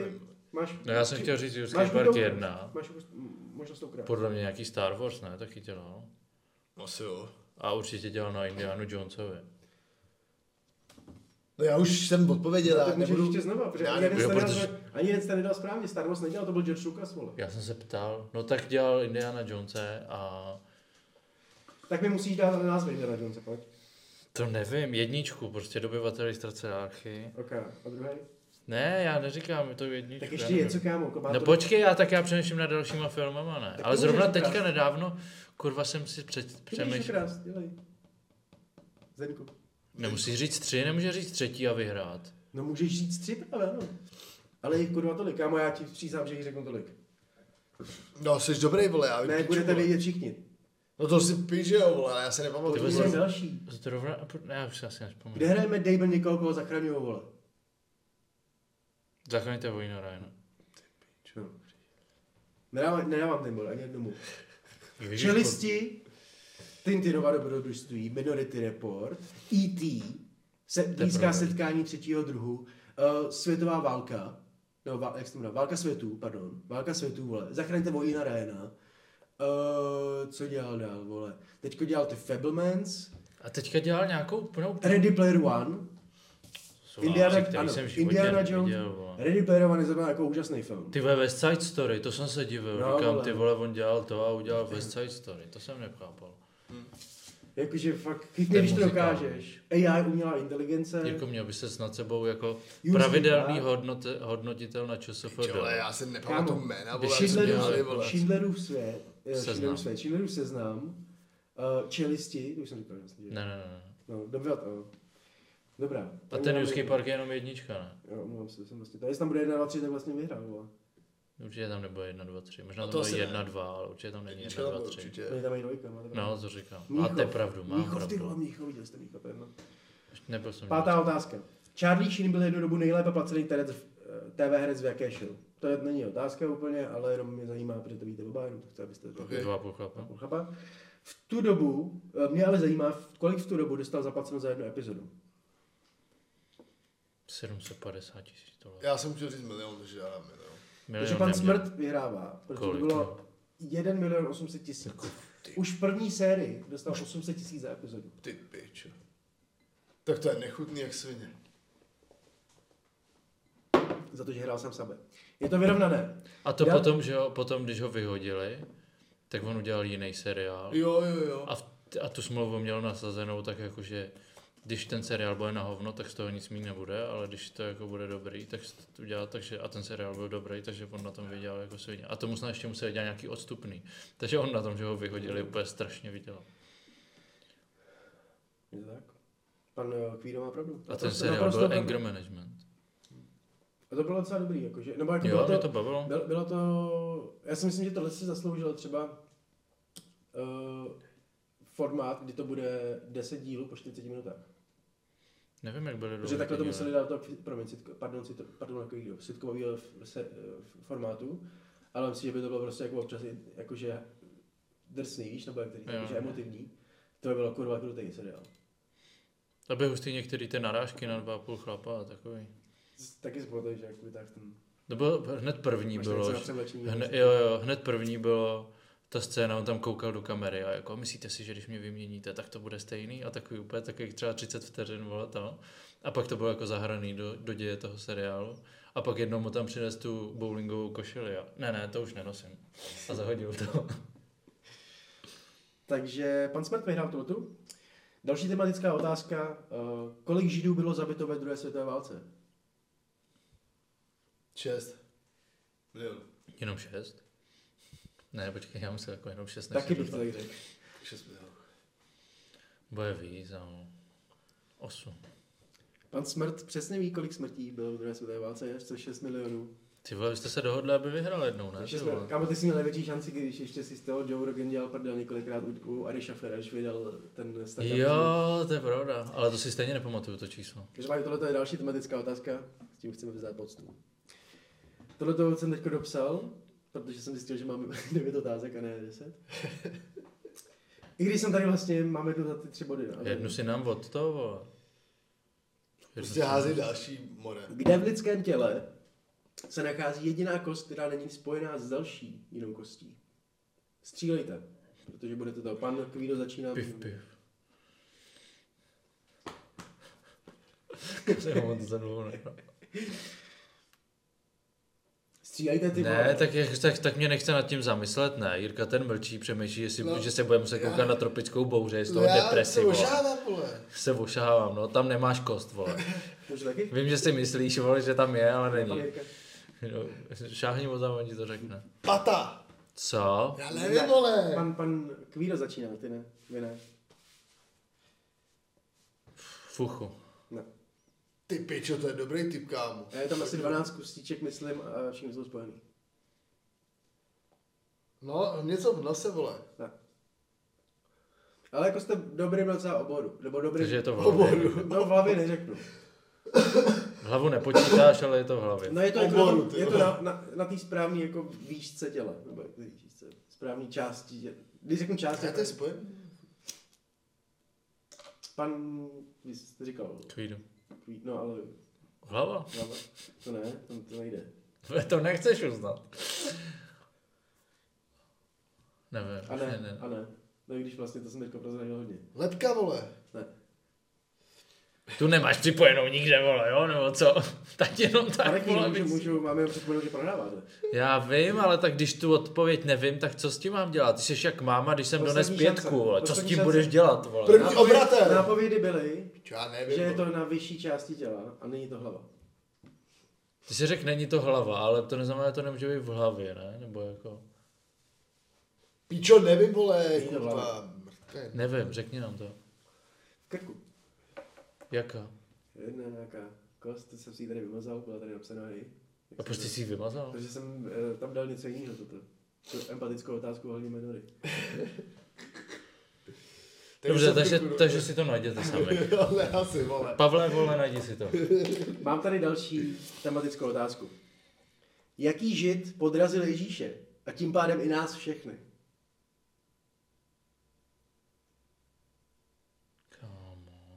B: Máš,
F: No já jsem chtěl říct Jurský
B: máš
F: park
B: budovu-
F: 1.
B: Máš možnost to ukrát.
F: Podle mě nějaký Star Wars, ne? Taky dělal.
A: no. Asi jo.
F: no. A určitě dělal na Indianu Jonesovi.
A: No já už jsem odpověděl,
B: No,
A: já
B: tak můžeš
A: nebudu...
B: ještě znova, protože
A: Já
B: ani jeden,
A: nebudu,
B: jste nedal,
F: protože-
B: protože... ani jeden jste nedal správně, Star Wars nedělal, to byl George Lucas, vole.
F: Já jsem se ptal, no tak dělal Indiana Jonese a
B: Tak mi musíš dát na názvy Indiana Jonesa, pojď.
F: to nevím, jedničku, prostě dobyvateli ztracené archy.
B: Ok, a druhý?
F: Ne, já neříkám to jedničku.
B: Tak
F: já
B: ještě
F: nevím.
B: něco, kámo, jako má
F: No
B: to-
F: počkej, já tak já přemýšlím na dalšíma filmama, ne?
B: Tak
F: Ale
B: to
F: zrovna
B: můžeš
F: teďka
B: ukrást.
F: nedávno, kurva jsem si před,
B: Ty můžeš
F: přemýšlel.
B: ukrást, dělej. Zdenku.
F: Nemusí říct tři, nemůže říct třetí a vyhrát.
B: No můžeš říct tři právě, ano. Ale jich kurva tolik, kámo, já ti přísám, že jich řeknu tolik.
A: No, jsi dobrý, vole, já vím.
B: Ne,
A: piču,
B: budete
A: vole.
B: vědět všichni.
A: No to si píš, že jo, vole, ale já se
B: To
F: Ty
A: nepamatuju.
F: vole,
B: bude
A: vole.
B: další.
F: Zrovna, a pro- ne, já už si asi
B: Kde
F: nespomínám.
B: hrajeme Dable někoho, koho zachraňují, vole?
F: Zachraňte vojnu, Ryan.
B: Čo? Nedávám, nedávám ten bod ani jednomu. Čelisti, Tintinova dobrodružství, Minority Report, E.T., se, blízká
F: pravda.
B: setkání třetího druhu, uh, světová válka, no, vál, jak se to jmenuje, válka světů, pardon, válka světů, vole, zachraňte vojína Ryana, uh, co dělal dál, vole, teďko dělal ty Fablemans,
F: A teďka dělal nějakou úplnou
B: Ready Player One,
F: Jsou
B: Indiana,
F: lásky, který
B: ano,
F: jsem v životě
B: Indiana
F: neviděl,
B: Jones,
F: vole.
B: Ready Player One je zrovna jako úžasný film.
F: Ty vole, West Side Story, to jsem se divil.
B: No,
F: No, Říkám,
B: vole.
F: ty vole, on dělal to a udělal West Side Story, to jsem nechápal.
B: Jakože fakt
F: To
B: chytně,
F: je
B: když to
F: muzikál.
B: dokážeš. AI, umělá inteligence.
F: Jirko, měl by se s nad sebou jako
B: Jurský
F: pravidelný
B: pár.
F: hodnot, hodnotitel na ČSFD.
A: Ty Vole, já si
F: No,
A: nepamatuju
B: Kámo,
A: jména,
F: když
A: vole, já jsem
F: Schindlerův-
A: dělali,
B: Schindlerův,
A: vole.
B: Schindlerův svět, eh,
F: Seznam.
B: Schindlerův svět, Schindlerův seznam, eh, čelisti, to už jsem říkal, jasně.
F: Ne, ne, ne.
B: No, dobrá, to. Dobrá.
F: A ten Jurský park je jenom jednička, ne?
B: Jo, omlouvám se, to jsem vlastně. Tady jestli tam bude 1 na 3, tak vlastně vyhrál. vole.
F: Určitě tam nebude jedna, dva, tři. Možná
A: No
F: tam
A: to
F: bude
A: asi ne.
F: jedna, dva, ale určitě tam není jedna,
A: Jednička tam
F: dva,
A: bude
F: tři.
A: určitě.
B: Oni tam mají dvojka, máte pravdu.
F: No, to říkám.
B: Mníchov.
F: Máte pravdu, mám
B: Mnichov, ty vole,
F: pravdu. Hmm.
B: Mnichov, viděl jste Mnichov, to je jedno.
F: Ještě Nebyl jsem
B: Pátá otázka. Charlie Sheen byl jednu dobu nejlépe placený terec v, eh, TV herec v jaké show? To je- není otázka úplně, ale jenom mě zajímá, protože to víte oba, jenom to chci, abyste to
A: Ok.
F: Dva půl chlapa.
B: Chápa? V tu dobu, eh, mě ale zajímá, v- kolik v tu dobu dostal zaplaceno za jednu epizodu.
F: 750 tisíc dolarů.
A: Já jsem chtěl říct milion, takže já no. dám milion.
F: Milion
B: Takže pan
F: neměl.
B: Smrt vyhrává, protože to
F: Kolik? Jako
B: bylo 1 milion 800 tisíc. Už v první sérii dostal 800 tisíc za epizodu.
A: Ty pičo. Tak to je nechutný jak svině.
B: Za to, že hrál sám sebe. Je to vyrovnané.
F: A to
B: Já-
F: potom, že jo, potom, když ho vyhodili, tak on udělal jiný seriál.
A: Jo, jo, jo.
F: A, v, a tu smlouvu měl nasazenou tak jako, že když ten seriál bude na hovno, tak z toho nic mít nebude, ale když to jako bude dobrý, tak se to udělá takže a ten seriál byl dobrý, takže on na tom vydělal jako svině. A tomu snad ještě musel dělat nějaký odstupný. Takže on na tom, že ho vyhodili, úplně strašně vydělal.
B: Je to tak? Pan eh, Kvído má pravdu.
F: A ten
B: Naprosto-
F: seriál
B: naprosto
F: byl
B: pravdu.
F: Anger Management.
B: A to bylo docela dobrý, jakože, nebo jako
F: Jo,
B: bylo
F: mě
B: to,
F: to bavilo.
B: Bylo, bylo to, já si myslím, že tohle si zasloužilo třeba uh, formát, kdy to bude 10 dílů po 40 minutách.
F: Nevím, jak byly
B: Protože
F: dlouhý
B: takhle to
F: ty
B: museli
F: díly.
B: dát do toho, promiň, sitko, pardon, sitko, pardon, jako sitkového se, eh, formátu, ale myslím, že by to bylo prostě jako občas i- jakože drsný, víš, nebo jak to říct,
F: Jo.
B: jakože emotivní. To by bylo kurva krutý seriál.
F: To byly hustý některý ty narážky na dva a půl chlapa a takový.
B: Taky si pamatuju, že jak vytáhl ten...
F: To bylo hned první
B: máš
F: bylo,
B: něco na
F: že-
B: převlečení,
F: Hne,
B: prostě.
F: jo, jo, hned první bylo ta scéna, on tam koukal do kamery a jako, myslíte si, že když mě vyměníte, tak to bude stejný a takový úplně, takových třeba 30 vteřin, vole, to. A pak to bylo jako zahraný do, do děje toho seriálu. A pak jednou mu tam přines tu bowlingovou košili a ne, ne, to už nenosím. A zahodil to.
B: Takže pan Smrt vyhrál tu. Další tematická otázka. eh, Kolik židů bylo zabito ve druhé světové válce?
A: Čest. Milion.
F: Jenom šest? Ne, počkej, já musel jako jenom šest.
B: Taky
F: než
B: bych to tak
F: jsem doufal.
B: řekl.
A: Šest milion.
F: Bude víc, no. Osm.
B: Pan Smrt přesně ví, kolik smrtí bylo v druhé světové válce, což 6 milionů.
F: Ty vole, vy jste se dohodli, aby vyhrál jednou, ne?
B: Což
F: ty
B: šest
F: vole?
B: milionů. Kámo, ty jsi měl největší šanci, když ještě si z toho Joe Rogan dělal prdel několikrát u, u Ari Schaffera, když vydal ten startup.
F: Jo, to je pravda, ale to si stejně nepamatuju, to číslo.
B: Každopádně tohle je další tematická otázka, s tím chceme vzát poctu. Tohle to jsem teď dopsal, protože jsem zjistil, že máme 9 otázek a ne 10. I když jsem tady vlastně, máme jednu za ty tři body. no.
F: Jednu si nám od toho, vole. Jednu si
A: Prostě
F: nám-
A: hází další more.
B: Kde v lidském těle se nachází jediná kost, která není spojená s další jinou kostí? Střílejte, protože budete to. Pan Kvído začíná.
F: Piv, piv. se ho to za dlouho nechal.
B: Střílejte ty vole.
F: Ne, tak, jak- tak, tak mě nechce nad tím zamyslet, ne. Jirka ten mlčí, přemýšlí, jestli,
A: No.
F: no, že se bude muset koukat
A: Já-
F: na tropickou bouře, je z toho depresi,
A: Já to
F: vole.
A: ožávám, vole.
F: Se ošahávám, no, tam nemáš kost, vole.
B: Můžu taky?
F: Vím, že si myslíš, vole, že tam je, ale
B: Pan
F: není.
B: Jirka.
F: No, šáhni mu tam, on ti to řekne.
A: Pata.
F: Co?
A: Já nevím, vole.
B: Pan, pan Kvíro začíná, ty ne. Vy ne.
F: Fuchu.
B: ne.
A: Ty pičo, to je dobrý typ, kámo.
B: A je tam asi 12 kustíček, myslím, a všichni jsou spojený.
A: No, něco v nose, vole.
B: Ne. Ale jako jste dobrým docela oboru. Nebo dobrý...
F: Takže je to v hlavě.
B: No v hlavě neřeknu.
F: Hlavu nepočítáš, ale je to v hlavě.
B: No je to, jako
A: Oboru,
B: na, tom-
A: ty
B: je to
A: vole.
B: na, na, na té správné jako výšce těla. Nebo jak to říct, výšce, správný části těla. Když řeknu část,
A: Já to je
B: tak
A: spojený.
B: pan, vy jste říkal,
F: Kvídu.
B: no ale
F: Hlava?
B: hlava, to ne, to, to nejde.
F: To nechceš uznat. Nevím,
B: A
F: ne, ne,
B: ne,
F: ne.
B: a ne. No i když vlastně to jsem teďka prozradil hodně.
A: Lepka, vole.
B: Ne.
F: Tu nemáš připojenou nikde, vole, jo, nebo co? Tak jenom
B: Ale
F: tak, vole,
B: můžu,
F: víc.
B: můžu, máme jenom připomenout, že prodáváte.
F: Já vím, ale tak když tu odpověď nevím, tak co s tím mám dělat? Ty jsi jak máma, když jsem
B: Poslední
F: dones pětku,
B: šance.
F: vole. Co s
B: Poslední
F: tím
B: šance.
F: budeš dělat, vole?
A: První-
B: Nápověd-
A: obratem.
B: Nápovědy byly,
A: Čo, já nevím,
B: že je
A: vole.
B: to na vyšší části těla a není to hlava.
F: Ty si řekl, není to hlava, ale to neznamená, že to nemůže být v hlavě, ne? Nebo jako...
A: Pičo, nevím, vole,
B: to
A: kurva.
B: hlava.
A: Mrten.
F: Nevím, řekni nám to.
B: V krku.
F: Jaká?
B: Jedna nějaká kost, to jsem si ji tady vymazal, byla tady napsaná i.
F: A prostě proč ty jsi ji vymazal?
B: Protože jsem eh, tam dal něco jiného toto. Tu empatickou otázku ohledně minory.
F: Dobře,
A: jsem
F: takže,
A: kurva.
F: takže si to najděte sami.
A: Ale asi, vole.
F: Pavle, vole, najdi si to.
B: Mám tady další tematickou otázku. Jaký žid podrazil Ježíše a tím pádem i nás všechny?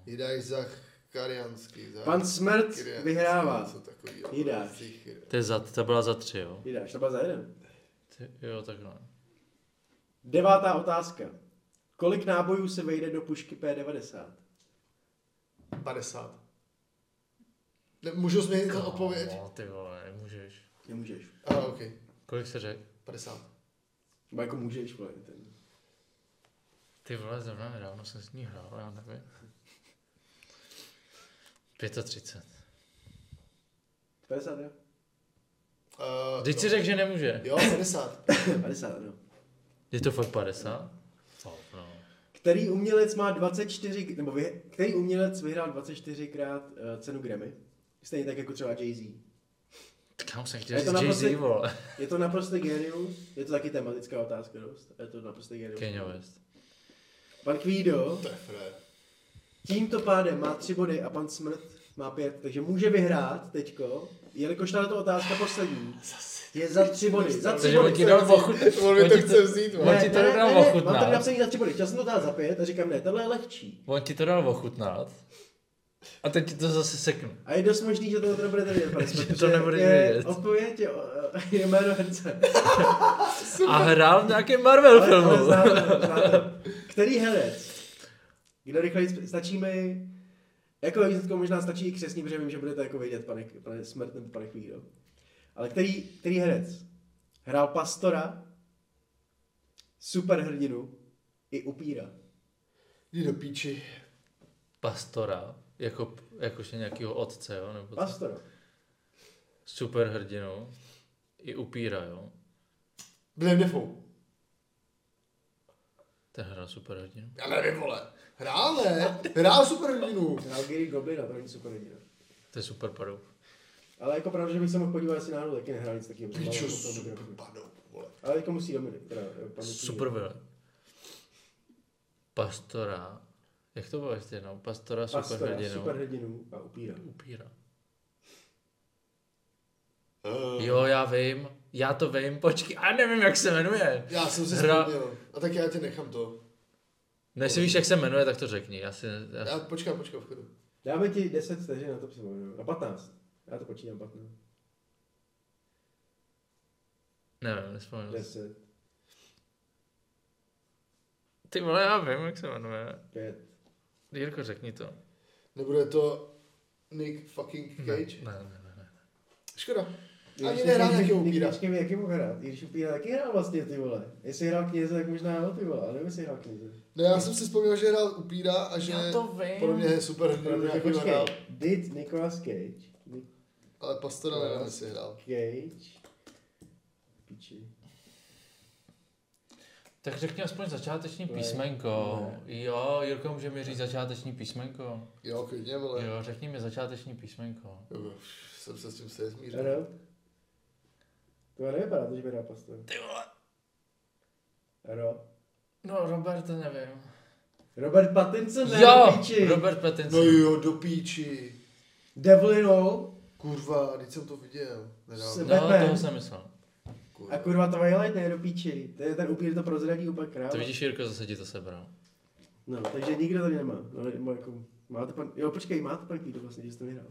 A: Jidáš Zacharianský. za-
B: Pan Smrt
A: Kyrie,
B: vyhrává.
A: něco takovýho.
B: Jidáš.
A: Zichry.
F: To, je za, to byla za tři, jo?
B: Jidáš, to byla za jeden.
F: Ty, jo, no. takhle.
B: Devátá otázka. Kolik nábojů se vejde do pušky P90?
A: 50. Ne, můžu změnit tu odpověď?
F: No, ty vole, nemůžeš.
B: Nemůžeš.
A: Aha, ok.
F: Kolik se řekl?
A: 50.
B: Nebo jako můžeš, vole. Ten.
F: Ty vole, zrovna nedávno jsem s ní hrál, já nevím. 35.
B: 50, jo?
A: Uh,
F: Teď si řekl, že nemůže.
A: Jo, 50.
B: 50, ano.
F: Je to fakt 50? No, no.
B: Který umělec má 24, nebo vy, který umělec vyhrál 24krát uh, cenu Grammy? Stejně tak jako třeba Jay-Z.
F: Kam jsem chtěl
B: Je to
F: říct Jay-Z,
B: naprosto-
F: vole.
B: Je to naprostý genius, je to taky tematická otázka dost, je to naprostý genius.
F: Kanye West.
B: Pan Kvído,
A: To je frér.
B: tímto pádem má tři body a pan Smrt má pět, takže může vyhrát teďko, jelikož tato otázka poslední je za tři body, za tři
F: Takže on ti
B: body.
F: dal ochut.
A: On mi
F: on
A: to
F: ti
A: chce vzít,
F: on
A: vole.
F: ti to dal
B: mám tady
F: ochutnat.
B: napsaný za tři body, chtěl jsem to dát za pět a říkám ne, tohle je lehčí.
F: On ti to dal ochutnat. A teď ti to zase seknu.
B: A je dost možný, že to nebude tady vědět, pane
F: Že
B: Smrt,
F: to
B: protože
F: nebudeš
B: je-
F: vědět.
B: Odpověď je, je jméno herce.
F: A hrál v nějakém Marvel
B: Ale- ale
F: filmu.
B: znáte, znáte. Který herec? Kdo rychleji stačí mi... Jako výsledkou možná stačí i křesní, protože vím, že budete jako vědět, pane, pane Smrt nebo pane Chvíro. Ale který, který herec? Hrál pastora, superhrdinu i upíra.
A: Jdi do píči.
F: Pastora. Jako, jakože nějakýho otce, jo? Nebo co?
B: Pastora.
F: superhrdinu i upíra, jo.
A: Blame Defoe.
F: Ten hrál superhrdinu.
A: Já nevím, vole. Hrál, ne? Hrál super hrdinu.
B: Hrál Gary Goblina, to není superhrdina.
F: To je super padou.
B: Ale jako pravda, že bych se mohl podívat, jestli náhodou taky nehrál nic takového. protože
A: Pičo,
B: mám to- to- to-
A: super
B: to-
A: padou, vole.
B: Ale jako musí Dominik, teda eh, pan
F: Super
B: Chvíro.
F: byl. Pastora. Jak to bylo ještě jednou? Pastora,
B: Pastora,
F: superhrdinu.
B: superhrdinu a upíra.
F: Upíra.
A: Eh,
F: Jo, já vím. Já to vím, počkej. A nevím, jak se jmenuje.
A: Já jsem si
F: Hra-
A: vzpomněl. A tak já tě nechám to.
F: Než si víš, jak se jmenuje, tak to řekni. Já si... Já...
A: Já, počkám, počkám, v chodu.
B: Dáme ti 10 vteřin na to připomenu. Na 15. Já to počítám 15.
F: Nevím, nespomenu.
B: 10,
F: Ty vole, já vím, jak se jmenuje.
B: 5.
F: Jirko, řekni to.
A: Nebude to Nick fucking Cage.
F: Ne, ne, ne, ne.
A: Škoda.
B: Když
A: Ani
B: si
A: nehrál
B: říct,
A: nějakého
B: Nick-
A: upíra.
B: Nick Cage jaký mohl hrát? I když upíra taky hrál vlastně ty vole. Jestli hrál kněze, tak možná hrál ty vole, ale nevím, jestli hrál kněze.
A: Ne, No, já jsem si vzpomněl, že hrál upíra a že
F: Já to vím.
A: podle mě je super hrdinu
B: Protože
A: nějaký
B: počkej,
A: hrál.
B: did Nicolas Cage, Nick
A: Ale pastora nevím, jestli hrál.
B: Cage, piči.
F: Tak řekni aspoň začáteční písmenko. Jo, Jirko, může mi říct začáteční písmenko?
A: Jo, klidně, vole.
F: Jo, řekni mi začáteční písmenko.
A: Jo, Jsem se s tím se zmířil.
B: Ano? To nevypadá, to, že by hrál pastor.
F: Ty vole.
B: Ano?
F: No, Robert, to nevím.
B: Robert Pattinson, ne,
F: jo,
B: piči.
F: Robert
A: No
F: Pattinson.
A: jo, do píči.
B: Devil in All
A: Kurva, teď jsem to viděl. Nedávno.
B: Jsem- Jako-
F: no
B: Batman.
F: toho jsem myslel.
A: Kurva.
B: a kurva Twilight, ne, do piči. To je ten upír, to prozradí úplně král.
F: To vidíš, Jirko, zase ti to sebral.
B: No, takže nikdo to nemá. No, nebo jako, máte pan, jo, počkej, máte pan Kýdo vlastně, že jste vyhrál.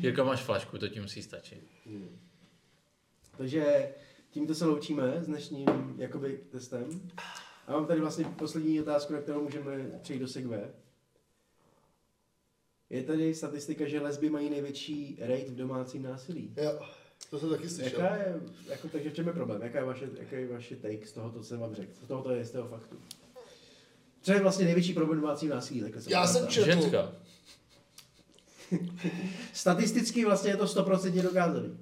F: Jirko, máš flašku, to ti musí stačit.
B: Takže tímto se loučíme s dnešním jakoby testem. A mám tady vlastně poslední otázku, na kterou můžeme přejít do segve. Je tady statistika, že lesby mají největší rate v domácím násilí.
A: Jo, to jsem taky slyšel.
B: Jaká je, jako, takže v čem je problém? Jaká je vaše, jaký je vaše take z toho, co jsem vám řekl? Z tohoto je z toho faktu. Co je vlastně největší problém domácího násilí? Takhle se
A: Já
B: to
A: jsem
B: ptám.
A: Četl.
F: Ženská.
B: Statisticky vlastně je to 100% dokázaný.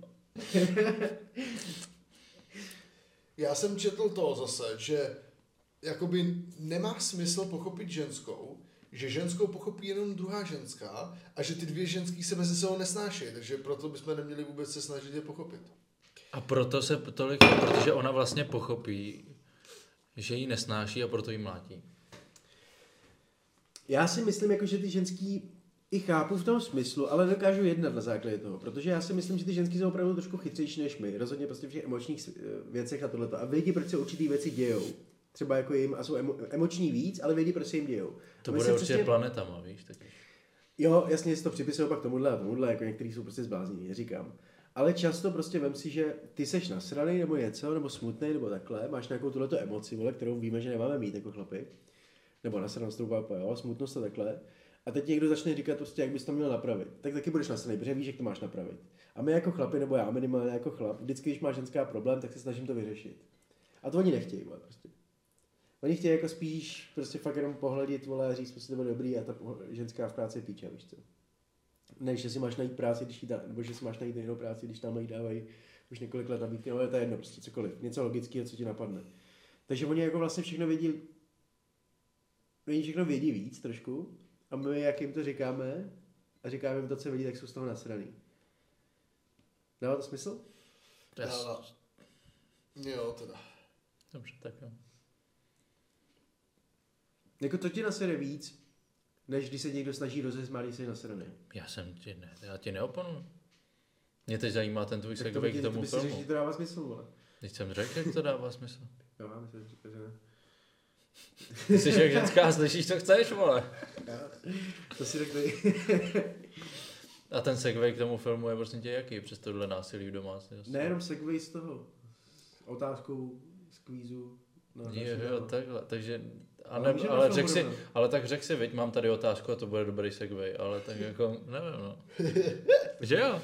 A: Já jsem četl to zase, že jakoby nemá smysl pochopit ženskou, že ženskou pochopí jenom druhá ženská a že ty dvě ženský se mezi sebou nesnášejí, takže proto bychom neměli vůbec se snažit je pochopit.
F: A proto se tolik, protože ona vlastně pochopí, že ji nesnáší a proto ji mlátí.
B: Já si myslím, jako, že ty ženský i chápu v tom smyslu, ale dokážu jednat na základě toho, protože já si myslím, že ty ženský jsou opravdu trošku chytřejší než my, rozhodně prostě v těch emočních s- eh, věcech a tohleto. A vědí, proč se určitý věci dějou. Třeba jako jim a jsou emo, emoční víc, ale vědí, proč se jim dějou.
F: To
B: A my
F: bude
B: si
F: určitě
B: přesně-
F: planetama, víš? Tak.
B: Jo, jasně, jestli to připisuju pak tomuhle a tomuhle, jako některý jsou prostě zblázní, neříkám. Ale často prostě vem si, že ty seš nasraný nebo něco, nebo smutný, nebo takhle, máš nějakou tuhleto emoci, vole, kterou víme, že nemáme mít jako chlapi. Nebo nasranost, to úplně, jo, smutnost a takhle. A teď někdo začne říkat prostě, jak bys to měl napravit. Tak taky budeš nasraný, protože víš, jak to máš napravit. A my jako chlapi, nebo já minimálně jako chlap, vždycky, když má ženská problém, tak se snažím to vyřešit. A to oni nechtějí, vole, prostě. Oni chtějí jako spíš prostě fakt jenom pohledit, vole, a říct, prostě to bylo dobrý a ta poho- ženská v práci je píča, víš co. Ne, že si máš najít práci, když jí dá, nebo že si máš najít jinou práci, když tam jí dávají už několik let nabídky, ale to je jedno, prostě cokoliv, něco logického, co ti napadne. Takže oni jako vlastně všechno vědí, oni všechno vědí víc trošku a my, jak jim to říkáme a říkáme jim to, co vědí, tak jsou z toho nasraný. Dává to smysl?
F: To je
A: Dává. Jo, teda.
F: Dobře, tak jo.
B: Jako to tě nasere víc, než když se někdo snaží rozesmát, když jsi nasraný.
F: Já jsem ti ne, já ti neoponu. Mě teď zajímá ten tvůj
B: Tak to
F: segway
B: by,
F: k
B: ti- to
F: tomu
B: by si řekl, že
F: filmu.
B: to dává smysl, vole.
F: Teď jsem řekl, jak to dává smysl.
B: Jo, já myslím, že že ne.
F: Ty jsi jak ženská, slyšíš, co chceš, vole.
B: To si řekli.
F: A ten segway k tomu filmu je prostě tě jaký přes tohle násilí v domácnosti?
B: Nejenom segway z toho. Otázkou z kvízu. No,
F: Jo, jo, takhle, takže, a
B: Ale
F: ne,
B: můžeme
F: ale,
B: to
F: řek si,
B: porovnat.
F: ale tak řek si, veď mám tady otázku a to bude dobrý segway, ale tak jako, nevím, no. Že jo?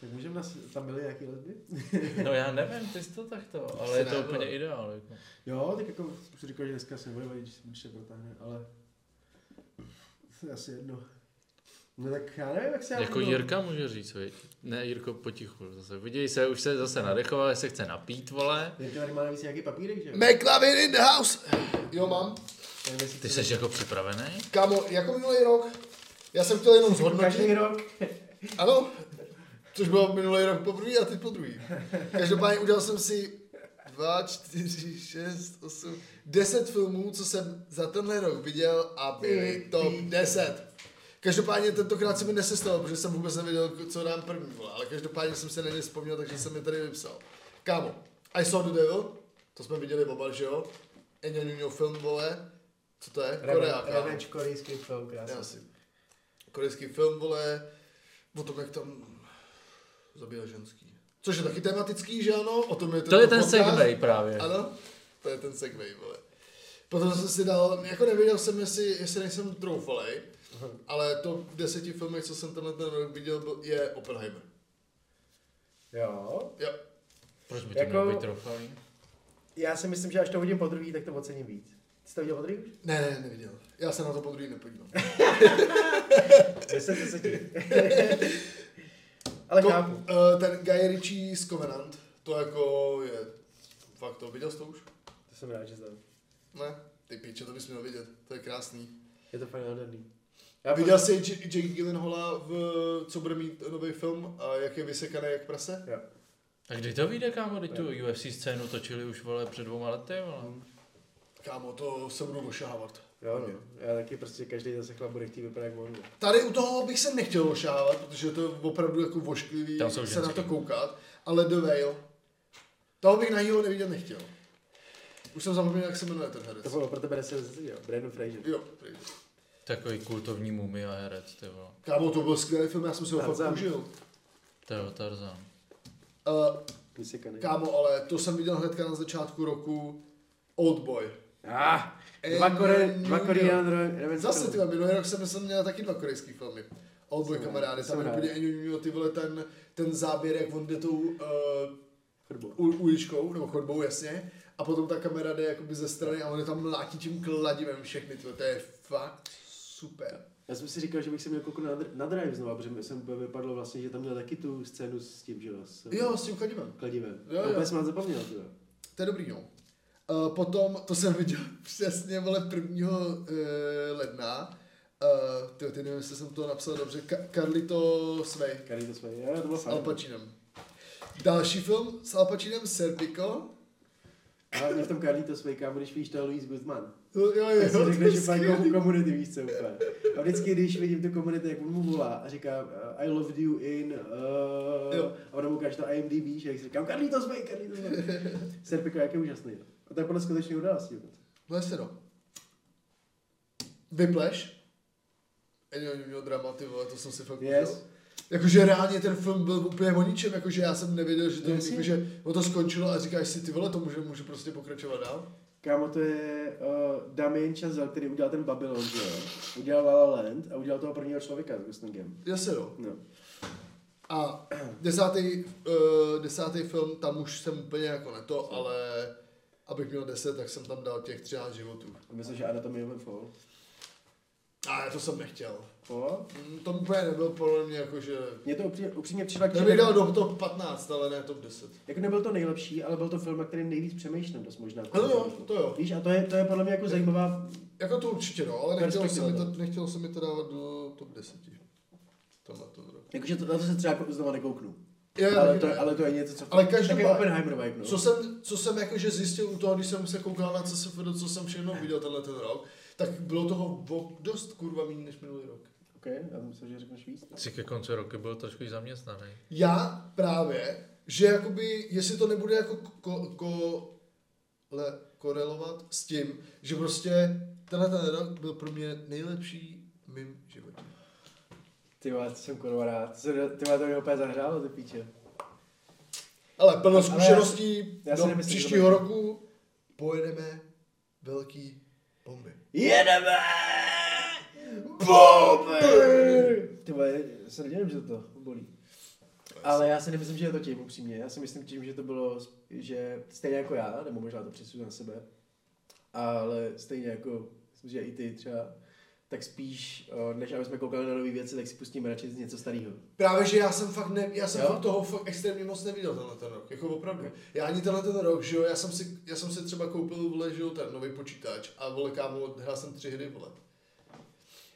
B: Tak můžeme, nas... tam byly nějaký lesby?
F: No já nevím, ty jsi to takto, ale
A: Asi
F: je to
A: ne,
F: úplně
A: no.
F: ideál. Jako.
B: Jo, tak jako jsem si říkal, že dneska se nebude vadit, když se- když se protáhne, ale to je asi jedno. No tak já nevím, jak se já
F: jako
B: budu-
F: Jirka může říct, viď? Ne, Jirko, potichu zase. Viděj se, už se zase nadechoval, že se chce napít, vole.
B: Jirka tady má navíc nějaký papírek, že jo?
A: McLavin in the house! Jo, mám.
B: Nevím, jestli
F: Ty
B: to-
F: jsi jako připravený?
A: Kámo, jako minulý rok, já jsem chtěl jenom zhodnotit.
B: Každý rok.
A: Ano, což bylo minulý rok po druhý a teď po druhý. Každopádně udělal jsem si 2, 4, 6, 8, 10 filmů, co jsem za tenhle rok viděl a byly
B: Ty
A: top
B: píčo.
A: 10. Každopádně tentokrát se mi nesestalo, protože jsem vůbec nevěděl, co dám první, vole. ale každopádně jsem se na ně vzpomněl, takže jsem je tady vypsal. Kámo, I Saw the Devil, to jsme viděli oba, že jo? Eňo Nuno film, vole. Co to je? Korea, kámo.
B: Revenge korejský film, krásný.
A: Jako no. Já si. Korejský film, vole, o tom, jak tam zabíjel ženský. Což je taky tematický, že ano? O tom je
F: To je
A: tento
F: ten
A: podcast.
F: segway právě.
A: Ano, to je ten segway, vole. Potom jsem si dal, jako nevěděl jsem, jestli, jestli nejsem troufalej, ale to v deseti filmech, co jsem tenhle ten rok viděl, byl- je Oppenheimer.
G: Jo.
A: Jo.
F: Proč by to
G: to
F: jako...
G: Jako- mělo
F: mělo být
G: být
F: troufalý?
G: Já si myslím, že až to hodím po druhý, tak to ocením víc. Jsi to viděl po druhý už?
A: Ne, ne, neviděl. Já se na to podruhé nepodívám.
G: 10 10. Ale
A: Ko-
G: chápu.
A: eh, ten Guy Ritchie z Covenant, to jako je fakt to. Viděl jsi to už?
G: To jsem rád, že znám.
A: Ne? Ty píče, to bys měl vidět. To je krásný.
G: Je to fakt nádherný.
A: A
G: Já
A: viděl jsi J- Jake Gyllenhaala v co bude mít nový film a jak je vysekaný jak prase?
G: Jo.
F: A kdy to vyjde, kámo? Teď tu UFC scénu točili už, vole, před dvouma lety, vole.
A: Mm. Kámo, to se budu ošávat.
G: Jo, no. Já taky prostě každý zase chlap bude chtít vypadat jak Mondo.
A: Tady u toho bych se nechtěl ošávat, protože to je opravdu jako vošklivý
F: Tam jsou
A: se na
F: ženský.
A: to koukat, ale The Whale, toho bych na jeho nevidět nechtěl. Už jsem zapomněl, jak se jmenuje ten herec.
G: To bylo pro tebe 10 10, jo. Brandon Fraser.
A: Jo, prý.
F: Takový kultovní mumia herec, ty vole.
A: Kámo, to byl skvělý film, já jsem si ho fakt
G: Tarzan.
A: užil.
F: To je Tarzan.
A: Uh,
B: jako
G: Vysekaný.
A: kámo, ale to jsem viděl hnedka na začátku roku Oldboy.
G: Ah, dva, kore, dva Korean Ro- Roman
A: Eh, Zase ty
G: Films.
A: minulý rok jsem, jsem měl taky dva korejský filmy. Oldboy
G: Jsem
A: kamarády,
G: rád,
A: tam
G: jsem
A: je
G: rád.
A: úplně eňuňuňu, ty vole, ten, ten záběr, jak on jde tou uh,
G: Chodbu.
A: u- uličkou, nebo chodbou, jasně. A potom ta kamera jde jakoby ze strany a on je tam mlátí tím kladivem všechny, ty vole, to je fakt super.
B: Já jsem si říkal, že bych se měl kouknout na, dr- na Drive znovu, protože mi jsem úplně vypadlo vlastně, že tam měl taky tu scénu s tím, že jo, s
A: Jo, s tím kladivem.
B: kladivem.
A: Jo,
B: Jo,
A: jo.
B: jo. Úplně jsem vám zapomněl, tyhle.
A: To je dobrý, no. Uh, potom, to jsem viděl přesně, vole, 1. Uh, ledna. Uh, ty, ty nevím, jestli jsem to napsal dobře. Ka- Carlito Svej
B: Kary to svoje, jo, to bylo
A: s Al
B: fajn.
A: Pacinem. Další film s Al Pacinem, Serpico.
B: A mě v tom Karlí to svoje, kámo, když víš, to je Louise Guzman.
A: Jo, jo, jo,
B: Já si
A: to je
B: řekne, že fakt
A: skvělý.
B: komu komunity víš co úplně. A vždycky, když vidím tu komunitu, jak on mu volá a říká uh, I loved you in... Uh,
A: Jo.
B: a ona mu ukáže to IMDb, že jak si říkám, Karlí to svoje, Karlí to svoje. Serpika, jak je úžasný. no. A to je podle skutečné události. dokonce.
A: Vlastně no. Vypleš. Ani měl drama, ty vole, to jsem si fakt
B: Yes.
A: užil. Jakože reálně ten film byl úplně o ničem, jakože já jsem nevěděl, že to,
B: No, Jasně.
A: jakože, o to skončilo a říkáš si, ty vole, to může, může prostě pokračovat dál.
B: Kámo, to je uh, Damien Chazelle, který udělal ten Babylon, že jo? Udělal La La Land a udělal toho prvního člověka s Gostingem.
A: Jasně no.
B: No.
A: A desátý, uh, desátý film, tam už jsem úplně jako ne to, ale abych měl deset, tak jsem tam dal těch 13 životů.
B: A myslím, že Anatomie of a Fall.
A: A já to jsem nechtěl.
B: Fall?
A: Mm, To úplně nebyl podle mě jakože...
B: Mně to upřímně, upřímně přišlo, jako,
A: Já
B: že
A: bych
B: nebyl,
A: dal do top 15, ale ne top 10.
B: jako nebyl to nejlepší, ale byl to film, na který nejvíc přemýšlím dost možná.
A: No jo, to jo.
B: Víš, a to je, to je podle mě jako zajímavá,
A: Jako to určitě no, ale nechtělo se, mi
B: Perspektiva,
A: to,
B: no.
A: nechtělo se mi to dávat do top 10. Tenhle ten rok.
B: jakože to, na to se třeba jako znovu nekouknu.
A: Jo, jo,
B: ale,
A: taky ne.
B: to, ale to je něco, co...
A: Ale
B: tak
A: každopádně-
B: je Oppenheimer vibe, no.
A: Co jsem, co jsem jakože zjistil u toho, když jsem se koukal na co se co jsem všechno viděl tenhle ten rok, tak bylo toho o dost kurva méně než minulý rok.
B: Ok, já myslím, že řekneš víc.
F: Jsi ke konci roku byl trošku i zaměstnaný.
A: Já právě, že jakoby, jestli to nebude jako ko, ko, le, korelovat s tím, že prostě tenhle ten rok byl pro mě nejlepší v mým životě.
B: Ty vole, to jsem kurva rád. Ty vole, to mě úplně zahrálo, ty píče.
A: Ale plno
B: Ale já-
A: zkušeností
B: já si
A: do
B: nemyslím, že to
A: příštího
B: bude-
A: roku pojedeme velký bomby.
B: Jedeme! Bomby! Ty vole, já se nedělím, že to bolí. Ale já si nemyslím, že je to tím upřímně. Já si myslím tím, že to bylo, sp- že stejně jako já, nebo možná to přesudu na sebe, ale stejně jako, myslím, že i ty třeba, tak spíš, o, než aby jsme koukali na nové věci, tak si pustíme radši něco starého.
A: Právě, že já jsem fakt, ne, já jsem
B: Jo?
A: fakt toho fakt extrémně moc neviděl tenhle ten rok, jako opravdu. Já ani tenhle ten rok, že jo, já jsem si, já jsem si třeba koupil, vole, že jo, ten nový počítač a vole, kámo, hrál jsem tři hry, vole.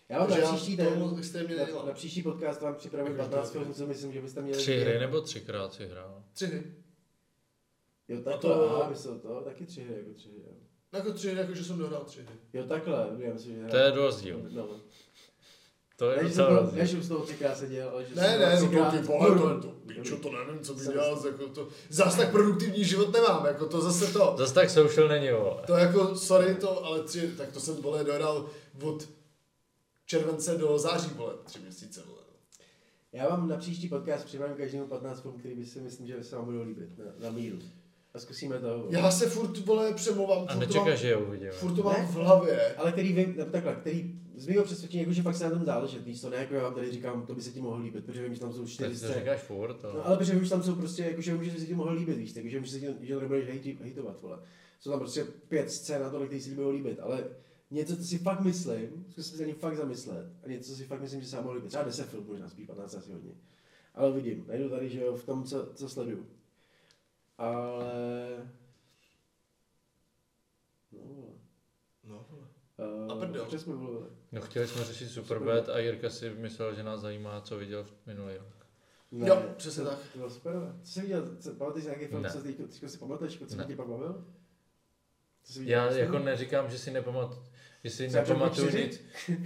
B: Já vám
A: Takže
B: na
A: já
B: příští,
A: toho
B: ten,
A: moc extrémně
B: na,
A: nedělám.
B: na příští podcast vám připravím
A: Takže to
B: 15
A: je
B: filmů, co myslím, že byste měli.
F: Tři hry
B: vidět.
F: nebo třikrát si hrál?
A: Tři hry.
B: Jo,
A: A
B: tak
A: to-
B: to, aha, myslel to, taky tři hry, jako tři hry. jo.
A: No, Jako tři hry, jako že jsem dohrál tři hry.
B: Jo, takhle, já myslím, že
F: To je rozdíl.
B: No.
F: To je
B: Ne, že jsem
F: docela
B: byl,
F: rozdíl.
B: ne, že jsem z toho třikrát seděl, ale že
A: Ne,
B: jsem
A: ne,
B: byl
A: no to
B: třikrát-
A: ty vole, to, to,
B: Dobrý.
A: pičo, to nevím, co by dělal, jako to, zas tak produktivní život nemám, jako to zase to.
F: Zas tak social není, vole.
A: To jako, sorry to, ale tři, tak to jsem, vole, dohrál od července do září, vole, tři měsíce, vole.
B: Já vám na příští podcast připravím každému 15 film, který by si myslím, že se vám budou líbit, na, na míru. A A zkusíme to.
A: Já se furt, vole, přemlouvám.
F: A
A: furt to
F: nečekáš,
A: mám-
F: že je uvidíme.
A: Furt to mám
B: Ne?
A: v hlavě.
B: Ale který vím, nebo takhle, který z mého přesvědčení, jakože fakt se na tom záležet, víš to, ne, jako já vám tady říkám, to by se ti mohlo líbit, protože vím, že tam jsou
F: Tak
B: čtyři
F: to
B: scény.
F: říkáš furt, ale...
B: No, ale protože už tam jsou prostě, jakože vím, že by se ti mohlo líbit, víš, takže vím, že, se ti, že to nebudeš hejti- hejtovat, vole. Jsou tam prostě pět scén na tohle, který se ti budou líbit, ale něco, co si fakt myslím, zkusím se na ní fakt zamyslet, a něco, co si fakt myslím, že se nám mohlo líbit. Třeba 10 filmů, možná spíš 15 asi hodně. Ale uvidím, najdu tady, že jo, v tom, co, co sleduju. Ale... No, vole.
A: No, vole.
B: Eh,
A: A prdel.
B: o čem jsme mluvili?
F: No chtěli jsme řešit Superbad a Jirka si myslel, že nás zajímá, co viděl v minulý rok.
B: Ne,
A: Jo, přesně
B: to,
A: tak.
B: To bylo super. ne? Co jsi viděl? Co, pamatuješ si nějaký film,
F: Ne.
B: co jsi teď si pamatuješ, jako co
F: Ne.
B: jsi tě pak bavil? Co jsi
F: Já
B: poslední?
F: jako neříkám, že si nepamat, že si
B: Třeba
F: nepamatuju
B: čtyři?
F: nic.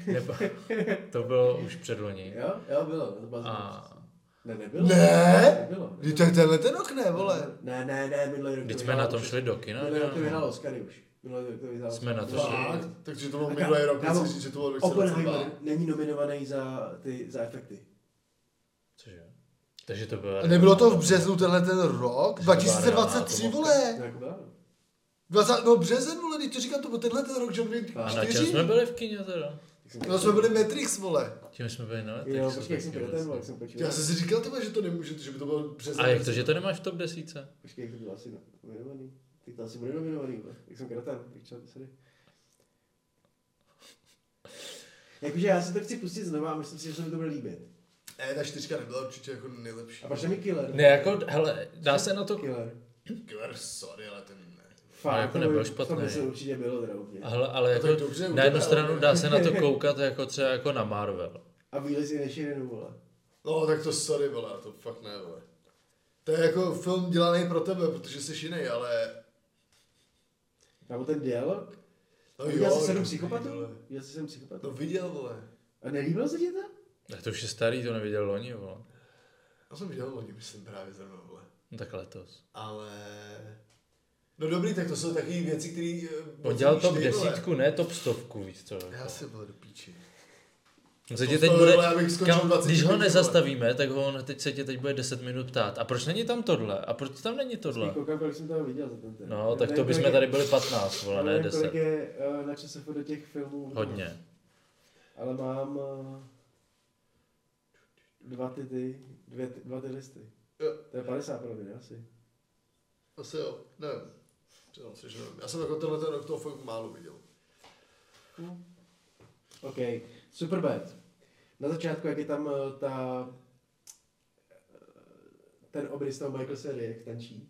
F: Nepa... To bylo už předloni.
B: Jo, jo, bylo. to bylo
F: A
B: Ne, nebylo.
A: Ne?
B: Nebylo.
A: Kdy to je tenhle ten rok, ne, vole?
B: Ne, ne, ne, minulý rok.
F: Vždyť
B: to
F: jsme
B: vyhrál
F: na tom
B: už.
F: šli do kina.
B: Minulý rok to
F: ne?
B: vyhrál Oscary už. Minulý rok to vyhrál
F: Jsme
B: Oscary.
F: na to šli.
A: Fakt?
B: Fakt?
A: Takže to byl
B: Tak
A: minulý
B: já-
A: rok,
B: já mám-
A: nechci říct, že to bylo 2022.
B: Oppenheimer není nominovaný za, ty, za efekty.
F: Cože? Takže to bylo...
A: A Nebylo to v březnu tenhle ten rok?
F: Že to byla
A: 2023,
F: reálná
A: vole!
B: No, jako bylo.
A: 20, no březen, vole, teď to říkám, to byl tenhle ten rok, že byl
F: A na čem
A: 4.
F: jsme byli v kině teda?
A: No jsme byli Matrix, vole.
F: Tím jsme byli na letech.
B: Jo,
F: jsou
B: počkej, jak jsem
F: taky
B: byl ten,
F: vlastně.
B: jak jsem počítal.
A: Já jsem si říkal, tyba, že to nemůže, že by to byl březen.
F: A jak to, že to nemáš v top desíce?
B: Počkej, jak to bylo asi nominovaný? Ty to asi bude nominovaný, vole. jak jsem kratan, píča, sorry. Jakože já si to chci pustit znovu a myslím si, že se mi to bude líbit.
A: Ne, ta čtyřka nebyla určitě jako nejlepší.
B: A proč je mi killer?
F: Ne, jako, hele, dá se na to...
B: Killer.
A: Killer, sorry, ale ten ne.
B: Fakt,
F: jako
B: to
F: nebyl
B: by-
F: špatný.
B: To by se určitě bylo teda úplně.
F: Hele, ale
A: No
F: jako,
A: tak dobře,
F: na jednu
A: udělal.
F: stranu dá se na to koukat jako třeba jako na Marvel.
B: A výlez je než jeden vole.
A: No, tak to sorry, vole, to fakt ne, vole. To je jako film dělaný pro tebe, protože jsi jiný, ale...
B: Nebo ten dialog?
A: No
B: Viděl jsi
A: jo,
B: sedm
A: dobrý,
B: psychopatů?
A: vole.
B: Viděl jsi sedm
A: No
B: psychopatů?
A: viděl, vole.
B: A nelíbil se ti to?
F: Tak to už je starý, to neviděl loni, vole.
A: Já jsem viděl loni, myslím, právě zrovna, vole.
F: No tak letos.
A: Ale... No dobrý, tak to jsou takové věci, které... eh,
F: On No, dělal top desítku, ne top stovku, víš co.
A: Já si byl do píči.
F: On se
A: to
F: tě teď
A: to
F: bude,
A: bylo, já bych skončil
F: kam,
A: 20
F: když ho
A: minut, vole.
F: nezastavíme, tak ho on teď se tě teď bude 10 minut ptát. A proč není tam tohle? A proč tam není tohle?
B: Koukám, kolik jsem toho viděl za ten ten.
F: No, tak
B: Nevím,
F: to bychom
B: kolik je-
F: tady byli 15, vole, ne
B: nevím,
F: 10.
B: Kolik je eh, na časofu do těch filmů?
F: Hodně.
B: Ale mám eh, dva ty, ty dvě, ty- dva ty listy.
A: Jo.
B: To je 50 pravděpodobně asi.
A: Asi jo, nevím. Přiznám se, že nevím. Já jsem jako tenhle ten rok toho fakt málo viděl. No.
B: OK, Superbad. Na začátku, jak je tam eh, ta, eh, ten obrys toho Michael Sery, jak tančí.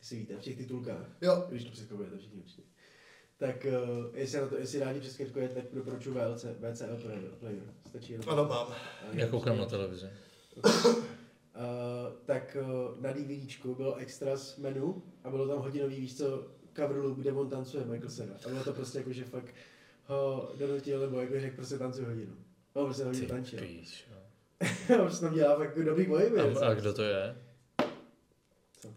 B: Si víte, v těch titulkách.
A: Jo,
B: Když to přeskakujete všichni určitě. Tak eh, jestli, na to, jestli rádi přeskakujete, tak doporučuji VLC, VCL Player. player. Stačí jenom.
A: ano mám.
B: A
F: Já koukám na televizi.
B: Uh, tak uh, na DVDčku bylo extras menu a bylo tam hodinový, víš co, cover loop, kde on tancuje Michael Cera. A bylo to prostě jako, že fakt ho donutil, nebo jako řekl, prostě tancuje hodinu. On prostě hodinu
F: Ty
B: tančil.
F: píš, jo.
B: On prostě tam dělá fakt jako dobrý boj.
F: a, a kdo to je?
B: Co?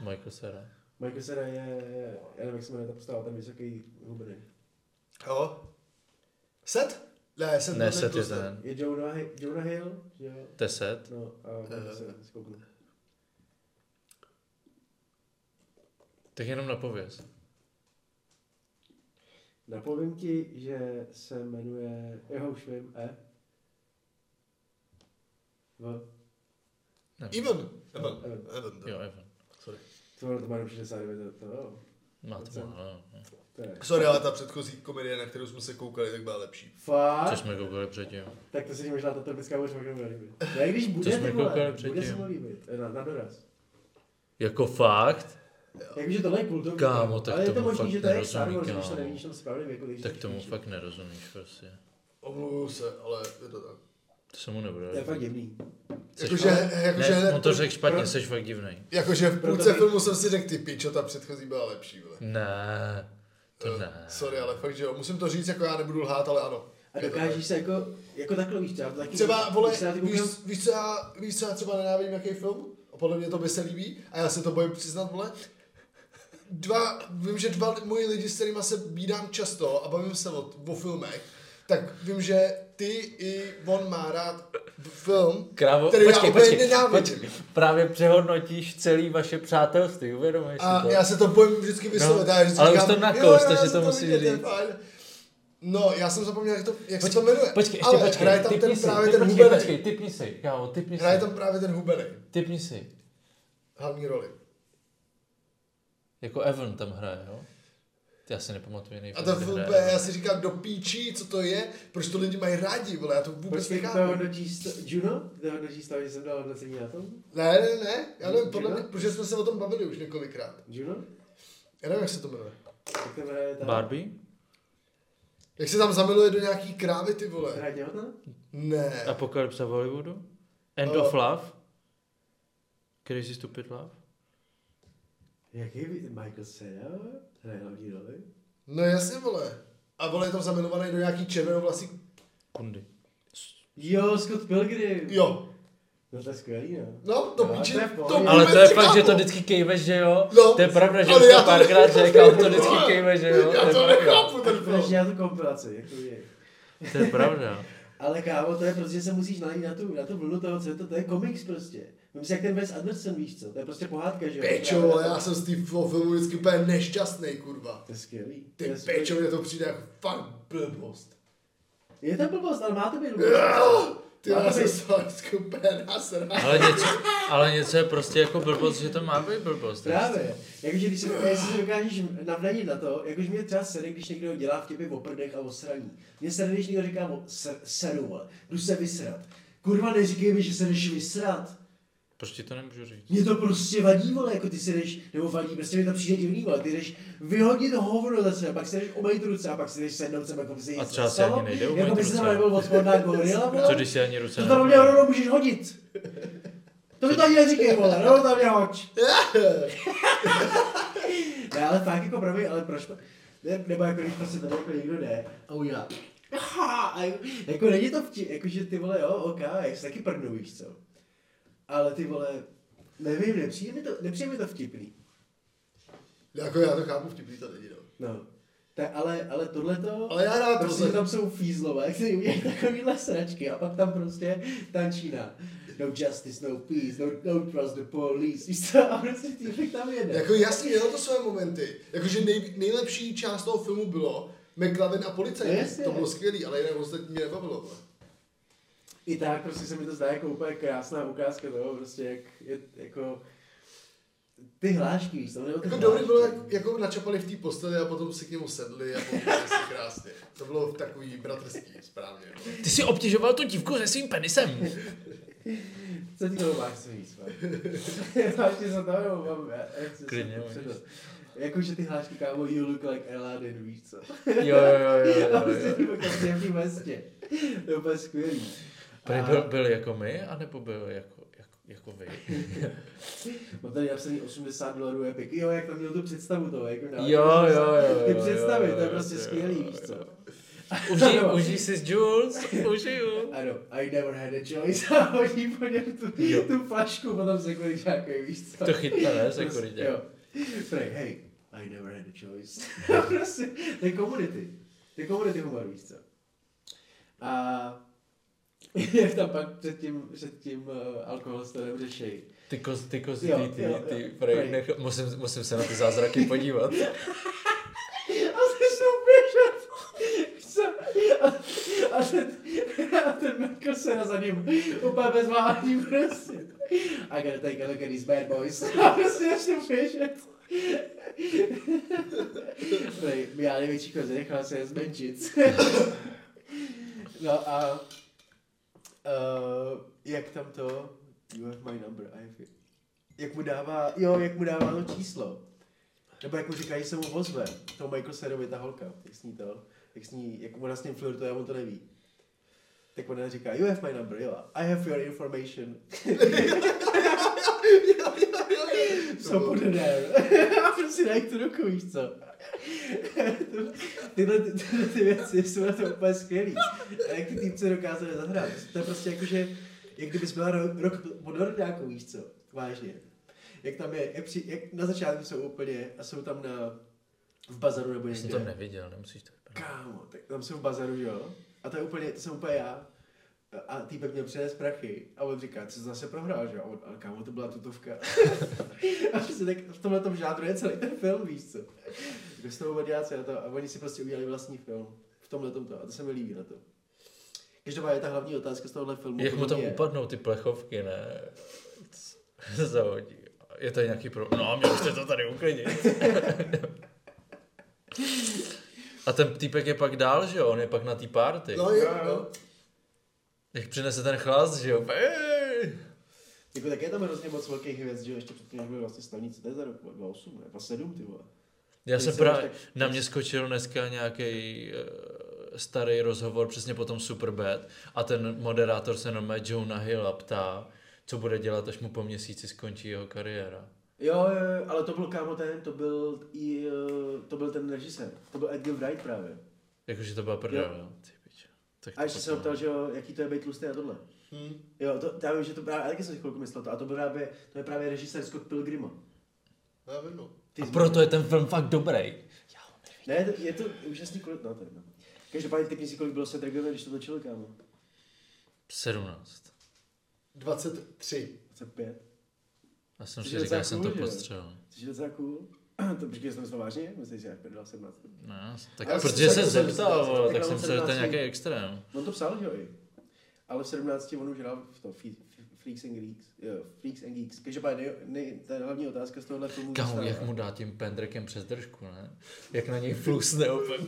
F: Michael Cera.
B: Michael Cera je, já nevím, jak se jmenuje ta postava, ten vysoký hubený.
A: Jo. Set? Ne, set
F: Ne,
A: byl
F: set je
A: tlustý.
F: ten.
B: Je Jonah, Hi- Jonah Hill, že jo?
F: Teset.
B: No, a Michael
A: Eh.
B: Cera, si kouknu.
F: Tak jenom napověz.
B: Napovím ti, že se jmenuje, jeho už vím, E. V.
F: Nevím.
A: Even. Even.
B: Even.
A: Even. to.
F: Jo, Evan.
B: To ono to má jenom 69, to, to,
F: Má to málo, no. no.
B: to je.
A: Sorry, ale ta předchozí komedie, na kterou jsme se koukali, tak byla lepší.
F: Co
B: Fakt?
F: jsme koukali předtím?
B: Tak to se ti možná ta tropická moře fakt nebude líbit. Ne, No, když bude,
F: jsme
B: ty vole,
F: koukali
B: bude
F: předtím.
B: se mu líbit. Eh, Na, na doraz.
F: Jako fakt?
B: Jakože tohle je kultovní.
F: Kámo, tak
B: Ale je to
F: tomu
B: možný,
F: fakt
B: že to je jak Star
F: nerozumím,
B: Wars, když to
F: kámo.
B: nevíš, tam správně věku, když
F: Tak
B: to
F: tomu
B: číš.
F: fakt nerozumíš prostě.
A: Omluvu se, ale je to tak.
F: To se mu nebude
B: To je fakt
F: líbit.
B: divný.
F: Seš
A: Jako, Jakože,
F: fakt-
A: jakože,
F: ne, on to
A: jako-
F: řekl špatně,
B: pro-
F: seš fakt divnej.
A: jakože v
B: Proto
A: půlce
B: by-
A: filmu jsem si řekl, ty pičo, ta předchozí byla lepší, vole.
F: Ne, to
A: Eh,
F: ne.
A: Sorry, ale fakt, že jo. Musím to říct, jako já nebudu lhát, ale ano.
B: A
A: Je to tak.
B: dokážeš se jako, jako takhle víš, třeba, taky,
A: Třeba, vole,
B: když se na ty
A: víš,
B: koukám-
A: víš, co já, víš, co já třeba nenávidím, jaký film? A podle mě to by se líbí a já se to bojím přiznat, vole. Dva, vím, že dva moji lidi, s kterými se bídám často a bavím se o, o filmech, tak vím, že ty i on má rád film,
F: Krávo,
A: který já
F: počkej,
A: úplně
F: počkej,
A: nenávidím.
F: počkej, právě přehodnotíš celý vaše přátelství, uvědomuješ si
A: A
F: to?
A: já se to bojím vždycky vyslovit.
F: No,
A: já vždycky
F: ale už
A: říkám,
F: to nakous,
A: jo, jo,
F: takže
A: já
F: to
A: jsem
F: musíš
A: viděl, to je
F: říct.
A: fajn. No, já jsem zapomněl, jak, to, jak se to jmenuje.
F: Počkej, ještě
A: ale
F: počkej,
A: hraje tam
F: typni
A: ten,
F: si,
A: právě
F: ty-
A: ten
F: počkej,
A: hubenej.
F: počkej, typni si, kámo, typni si,
A: Hraje tam právě ten hubenej,
F: typni si,
A: hlavní roli.
F: jako Evan tam hraje, jo? Já si nepamatuji jiný
A: A to
F: film, kde
A: vůbec,
F: hraje Evan.
A: já si říkám, do píči, co to je, proč to lidi mají rádi, vole, já to vůbec
B: Počkej, prostě to
A: nechápu.
B: hodnotí st- Juno? To hodnotí stav, že jsem dal hodnocení na tom?
A: Ne, ne, ne, já nevím, podle
B: Juno?
A: mě, protože jsme se o tom bavili už několikrát.
B: Juno?
A: Já nevím, jak se to jmenuje.
B: Jak to jmenuje ta...
F: Barbie?
A: Jak se tam zamiluje do nějaký krávy, ty vole.
B: Hra těhotná?
A: Ne.
F: Apokalypsa v Hollywoodu? End
A: Eh.
F: of Love? Crazy Stupid Love?
B: Jaký by- Michael Cera? Hraje hlavní roli?
A: No jasně, vole. A vole je tam zamilovaný do nějaký červenovlasý...
F: Kundy.
B: Jo, Scott Pilgrim!
A: Jo.
B: No to je skvělý, no.
A: No, to
B: Jo,
A: píči,
B: to je v
A: to
B: pohodě.
F: Ale
A: vůbec
F: to je
A: nechápu.
F: fakt, že to vždycky kejveš, že jo?
A: Jako- No.
F: to je pravda, že
A: Ale
F: už
A: já
F: to
A: to
F: párkrát
A: nechápu,
F: řekl, to
A: vole.
F: vždycky kejveš, že jo?
A: Já
F: je
A: to
F: pravda.
A: nechápu, ten film.
B: Proč dělat tu kompilaci, jako je.
F: To je pravda.
B: Ale kámo, to je prostě, se musíš najít na tu, na tu vlnu toho, co je to, to je komiks prostě. Vím si, jak ten Wes Anderson, víš co, to je prostě pohádka, že jo?
A: Pečo, vole, já jsem z toho filmu vždycky úplně nešťastný, kurva.
B: To je skvělý. To
A: Ty
B: je skvělý.
A: pečo, mě to přijde jako fakt blbost.
B: Je to blbost, ale má to být
A: Ah,
B: blbost.
A: Ty já jsem z toho vždycky úplně nasrát.
F: Ale něco, ale něco je prostě jako blbost, že to má být blbost.
B: Právě. Jakože když se, jestli se dokážeš navnadit na to, jakož mě třeba sere, když někdo dělá v těmi o prdech a o sraní. Mě sere, když někdo říká o ser, seru, vole. jdu se vysrat. Kurva, neříkej mi, že se jdeš vysrat.
F: Proč ti to nemůžu říct?
B: Mě to prostě vadí, vole, jako ty se jdeš, nebo vadí, prostě mi to přijde divný, vole, ty jdeš vyhodit hovno ze sebe, pak se jdeš umýt ruce a pak si jdeš sednout sem, jako by se nic
F: A třeba si
B: nestalo,
F: ani nejde
B: Jako
F: umýt
B: by se tam
F: ruce.
B: nebyl odporná gorila, vole.
F: Co když si ani ruce
B: To tam mě rovnou můžeš hodit. To mi to ani neříkej, vole, rovnou tam mě hoď. Ne, ale fakt jako pravý, ale proč? Ne, nebo jako když prostě tady jako někdo jde a udělá. Aha, a jako- jako není to vtip, jakože ty vole, jo, ok, jak se taky prdnu, víš co. Ale ty vole, nevím, nepřijde mi to, nepřijde mi to vtipný.
A: Jako já to chápu vtipný to není, no.
B: No. Ta, ale, ale tohleto,
A: Ale já rád
B: prostě
A: tohle.
B: tam jsou fízlové, kteří udělají takovýhle sračky a pak tam prostě tančína. No justice, no peace, no, no trust the police, víš co? A prostě týpek tam jede.
A: Jako jasně, mělo to své momenty. Jakože nej, nejlepší část toho filmu bylo McLaren a
B: No
A: policajt.
B: jasně.
A: To bylo skvělý, ale jinak ostatní mě nebavilo. no. vole.
B: I tak prostě se mi to zdá jako úplně krásná ukázka toho, prostě jak je, jako ty hlášky, víš, co? nebo ty
A: Jako dobrý
B: hlášky.
A: bylo, jak, jako načapali v té posteli a potom si k němu sedli a povídali si krásně. To bylo takový bratrský, správně. no.
F: Ty jsi obtěžoval tu dívku se svým penisem.
B: Co ty toho máš co víc, man? Máš něco tam, nebo mám? já- já chci se
F: Klidně,
B: to
F: můžeš.
B: předat. Jakože ty hlášky, kámo, you look like Aladdin, víš co?
F: Jo, jo, jo, jo,
B: A
F: jo,
B: prostě
F: jo.
B: ty pak v nějaký vestě. To je úplně skvělý.
F: Prý
B: A
F: byl, byl jako my, anebo byl jako, jako, jako vy?
B: Mám tady napsaný 80 dolarů epic. Jo, jak tam měl tu představu toho, jako na-
F: Jo, jo, jo,
B: Ty
F: jo,
B: představy,
F: jo,
B: to je
F: jo,
B: prostě
F: jo,
B: skvělý,
F: jo,
B: víš co?
F: jo. Užij, užij si s Jules, užiju.
B: Ano, I never had a choice a hodí po něm tu, tu flašku potom se kvůli žákovi, víš co?
F: To chytne, ne,
B: Prostě,
F: sekuritě.
B: Jo. Prej, hej, I never had a choice. prostě, to je komunity. To je komunity humor, víš co? A jak tam pak před tím, před tím uh, alkoholstorem řešej.
F: Ty kos, ty kosy,
B: Jo,
F: ty, ty,
B: jo, jo, Prostě.
F: ty,
B: prej.
F: prej, nech, musím, musím se na ty zázraky podívat.
B: A začnou běžet. Víš co? A, a ten, a ten Michael se za ním úplně bez váhání prostě. I gotta take a look at these bad boys. A prostě začnou běžet. Tady, já největší koze, nechal se je zmenšit. No a uh, jak tam to? You have my number, I have it. Jak mu dává, jo, jak mu dává to číslo. Nebo jako říkají, že se mu ozve, to Michael Serovi, ta holka, jak s ní to, jak s ní, jak ona s ním flirtuje a on to neví. Tak ona říká, you have my number, jo, I have your information, so put it there. A prostě dají tu ruku, víš co. To- tyhle, tyhle ty věci jsou na to úplně skvělý. A jak ty týpce dokázali zahrát, to je prostě jakože, jak kdybys byla ro- rok pod Nordákou, víš co, vážně. Jak tam je, jak, při, jak na začátku jsou úplně, a jsou tam na, v bazaru nebo
F: Já jsem
B: někde.
F: to neviděl, nemusíš to vypadat.
B: Kámo, tak tam jsou v bazaru, jo? A to je úplně, to jsem úplně já. A týpek měl přines prachy a on říká, co jsi zase prohrál, že? jo?" A on, ale kámo, to byla tutovka. a prostě tak v tomhle tom žádru je celý ten film, víš co. Kdo s tou a to, a oni si prostě udělali vlastní film. V tomhle tom to, a to se mi líbí na to. Každopádně ta hlavní otázka z tohohle filmu.
F: Jak mu
B: podle
F: tam
B: mě je-
F: upadnou ty plechovky, ne? Zahodí. Je tady nějaký problém. No, měli jste to tady uklidnit. A ten týpek je pak dál, že jo? On je pak na té party.
A: No, je,
H: Jo,
A: no.
H: jo.
F: Jak přinese ten chlás, že jo? Ej!
B: Jako tak je tam hrozně moc velkých hvězd, že jo, ještě předtím, než byly vlastně stavnice, to je za rok 2008, ne? 2007, ty vole.
F: Já
B: Když
F: jsem
B: jsem už
F: právě,
B: tak-
F: na mě skočil dneska nějaký starý rozhovor přesně po tom Superbad a ten moderátor se normálně Jonah Hill ptá, co bude dělat, až mu po měsíci skončí jeho kariéra.
B: Jo, jo, jo, ale to byl kámo ten, to byl, i, eh, to byl ten režisér, to byl Edgar Wright právě.
F: Jakože to byla prdel, jo. Ty piče. Tak
B: A ještě
F: to
B: jsem ho
F: potom-
B: ptal, že jo, jaký to je být tlustý a tohle.
A: Hm.
B: Jo, to, já vím, že to právě, já taky jsem si chvilku myslel to, a to byl právě, to je právě režisér Scott Pilgrima.
A: Já vím, no.
B: Ty
F: A
B: zmi-
F: proto je ten film fakt dobrý.
B: Ne, to, je to úžasný kolik, no to je jedno. Každopádně typně si kolik bylo se Dragovi, když to točil, kámo.
F: 17.
A: 23.
B: 25.
F: Já jsem
B: Což
F: si
B: je
F: říkal,
B: docela
F: že jsem
B: cool,
F: to
B: že jo?
F: postřel.
B: Což je docela cool. to počkej, jsem to vážně? Myslím, že já prdel 17.
F: No, tak
A: Ale
F: protože
A: jsem
F: se
A: se-
F: zeptal, vole, tak
B: jsem
F: jsem myslel, že to je
B: 17.
F: nějaký extrém.
B: No to psal, že jo, i. Ale v 17 on už hrál v to Fe- Fe- Freaks and Geeks. Jo, Freaks and Geeks. Každopádně, nej, nej, ta hlavní otázka z tohohle filmu
F: Kámo,
B: zůstává.
F: jak mu dá tím pendrekem přes držku, ne? Jak na něj flusne úplně.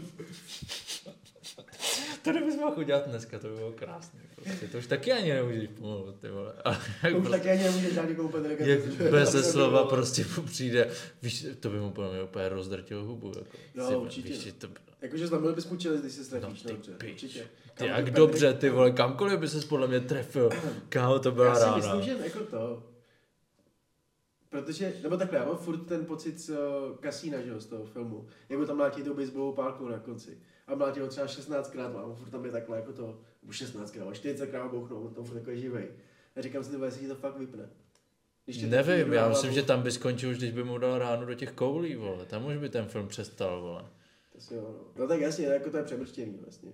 F: to kdybys mohl udělat dneska, to by bylo krásné. Prostě. To už taky ani nemůžeš pomalu, ty vole. Ale jak,
B: To už
F: prostě,
B: taky ani nemůže dát jako někomu Pedrega.
F: jak bez slova prostě mu přijde, víš, to by mu podle mě úplně rozdrtilo hubu. Jako.
B: Jo,
F: Ty-
B: určitě.
F: Víš, že to,
B: Jakože znamenal bys mu čelist, když se ztratíš,
F: No, ty
B: dobře,
F: pič.
B: určitě.
F: ty,
B: Kámo,
F: jak
B: Pedrek-
F: dobře, ty vole, kamkoliv by se podle mě trefil. Kámo, to no. byla
B: Já si
F: rána.
B: myslím, že jako to. Protože, nebo takhle, já mám furt ten pocit z uh, kasína, že jo, z toho filmu. Jako tam mlátí tou baseballovou pálkou na konci. A mlátí ho třeba 16krát, a on furt tam je takhle jako to, nebo 16krát, ale 40krát bouchnou, on tam furt jako je živej. A říkám si, ty vole, jestli ti to fakt vypne. Když ti to
F: Nevím,
B: přijde
F: já
B: na
F: myslím,
B: hlavu,
F: že tam by skončil už, když by mu dal ránu do těch koulí, vole. Tam už by ten film přestal, vole.
B: To si jo, no. no tak jasně, jako to je přemrštěný vlastně.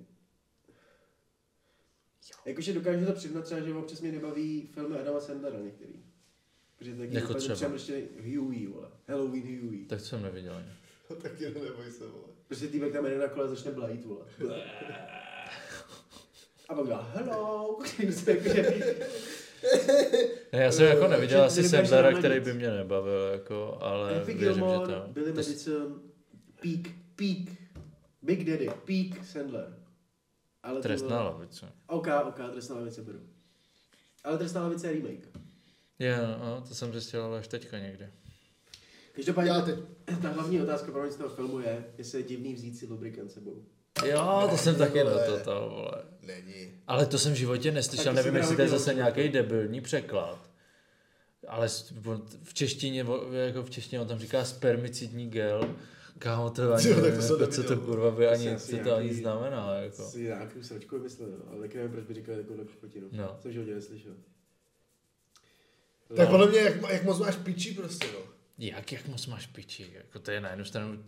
B: Jakože dokážu to přiznat třeba, že občas mě nebaví filmy Adama Sandlera některý. Protože taky
F: Jako
B: úplně
F: třeba.
B: přemrštěný Huey, vole. Halloween Huey.
F: Tak to jsem neviděl. ani.
A: To taky ne, No, neboj se, vole.
B: Prostě týpek tam jede na kole začne blajit, vole. A pak dá, hello. Takže-
F: Ne, já jsem jako neviděl
B: že
F: asi
B: ty nemáš
F: Sandlera,
B: na
F: který
B: nic.
F: by mě nebavil, jako, ale
B: Happy
F: věřím, že
B: Gilmore,
F: to...
B: Billy
F: to s-
B: Madison, Peak, Peak, Big Daddy, Peak Sandler. Ale to
F: Trest
B: bylo-
F: na lavice.
B: OK, OK, trestná lavice beru. Ale trestná lavice je remake.
F: Je, no, to jsem zjistil ale až teďka někdy.
B: Každopádně
A: Já teď.
B: ta hlavní otázka pro mě z toho filmu je, jestli je divný vzít si lubrikant sebou.
F: Jo, No, to jsem
A: ty
F: taky
A: vole.
F: na to, to, vole.
A: Není.
F: Ale to jsem v životě neslyšel,
B: Tak to
F: nevím,
B: jsem
F: jestli to
B: rád
F: je zase
B: udělal.
F: nějaký debilní překlad. Ale s- on- v češtině, o- jako v češtině on tam říká spermicidní gel. Kámo, to ani
A: Jo, tak to
F: nevím,
A: jsem
F: jako, co to
A: neviděl.
F: kurva by
B: To
F: ani,
B: jsem
F: co
B: asi
F: to ani
B: nějaký-
F: znamená, jako.
B: Si nějakou sračku vymyslel, jo, ale taky nevím, proč by říkal takovou kokotinu.
F: No.
B: Jsem v životě neslyšel. No.
A: Tak podle mě, jak, jak moc máš pičí prostě, no.
F: Jak, jak moc máš piči, jako to je na jednu stranu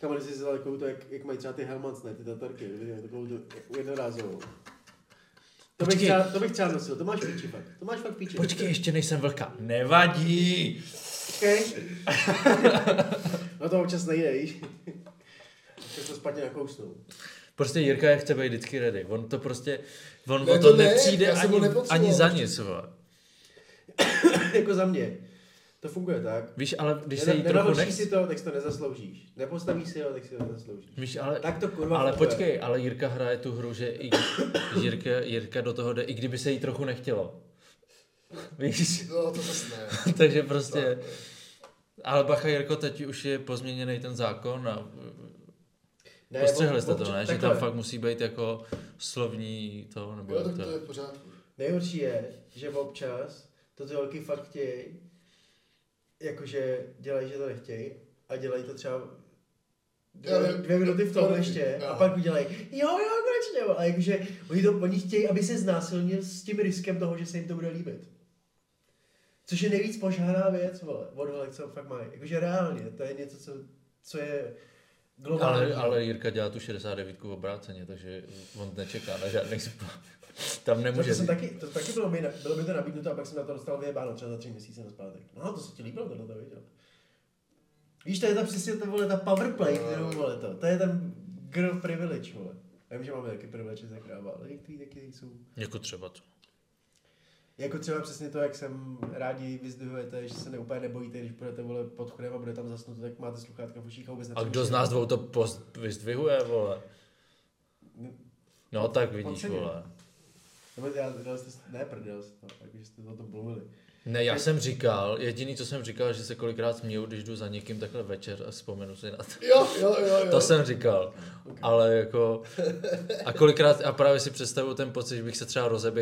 B: Kam když jsi vzal takovou to, jak, jak mají třeba ty helmans, ne, ty tatarky, vidíte, takovou tu jednorázovou. To bych,
F: Počkej.
B: třeba, to bych třeba nosil, to máš píči fakt, to máš fakt píči.
F: Počkej, ještě nejsem vlka. Nevadí.
B: Počkej. no to občas nejde, víš. Občas to špatně nakousnou.
F: Prostě Jirka je chce být vždycky ready. On to prostě, on
A: Ne,
F: o to
A: to Jako ne,
F: nepřijde
A: já jsem
F: ani,
A: ho nepotřeboval
F: ani za
A: určitě.
F: nic. vole.
B: jako za mě. To funguje tak.
F: Víš, ale když se
B: Nena-
F: jí trochu
B: nenaložíš
F: nechce,
B: si to, tak si to nezasloužíš. Nepostavíš si ho, tak si to nezasloužíš.
F: Víš, ale,
B: Tak to kurva
F: ale
B: funguje.
F: počkej, ale Jirka hraje tu hru, že i, Jirka, Jirka do toho jde, i kdyby se jí trochu nechtělo. Víš?
A: No, to zase ne.
F: Takže prostě... Ale bacha, Jirko, teď už je pozměněný ten zákon a
B: Ne,
F: postřehli
B: ob-
F: jste to,
B: občas-
F: ne? Že
B: takhle.
F: tam fakt musí být jako slovní to, nebo
A: Jo,
F: jak
A: tak
F: to
A: to
F: je.
A: je v pořádku.
B: Nejhorší je, že občas to ty holky fakt chtějí, jakože dělají, že to nechtějí a dělají to třeba
A: Já
B: dvě,
A: vím.
B: dvě minuty v
A: To no.
B: tom
A: nevím.
B: ještě a
A: Aha.
B: pak udělají, jo, jo, konečně, vole." a jakože oni, to, oni chtějí, aby se znásilnil s tím riskem toho, že se jim to bude líbit. Což je nejvíc požádaná věc, vole, od holek, co fakt mají. Jakože reálně, to je něco, co, co je
F: No, Ale, ale Jirka dělá tu 69 v obráceně, takže on nečeká na žádný spát. Tam nemůže
B: To, jsem
F: být.
B: taky, to taky bylo mi, bylo mi to nabídnuto a pak jsem na to dostal vyjebáno třeba za tři měsíce na zpátek. No to se ti líbilo tohle, to viděl. Víš, to je ta přesně to vole, ta powerplay,
F: No.
B: kterou vole to. To je ten girl privilege, vole. Já vím, že máme taky privilege za kráva, ale některý taky jsou.
F: Jako třeba to.
B: Jako třeba přesně to, jak jsem rádi vyzdvihujete, že se ne, úplně nebojíte, když budete vole pod chodem a bude tam zasnuto, tak máte sluchátka v uších a vůbec
F: A kdo z nás dvou to post vyzdvihuje, vole? No tak vidíš,
B: Podceňuji.
F: vole.
B: Nebo já, dal jste, ne prdel, jste, jakože jste o tom mluvili.
F: Ne, já jsem říkal, jediný, co jsem říkal, že se kolikrát směju, když jdu za někým takhle večer a vzpomenu si na to.
A: Jo, jo, jo, jo.
F: To jsem říkal, ale jako, a kolikrát, a právě si představuju ten pocit, že bych se třeba rozeběhl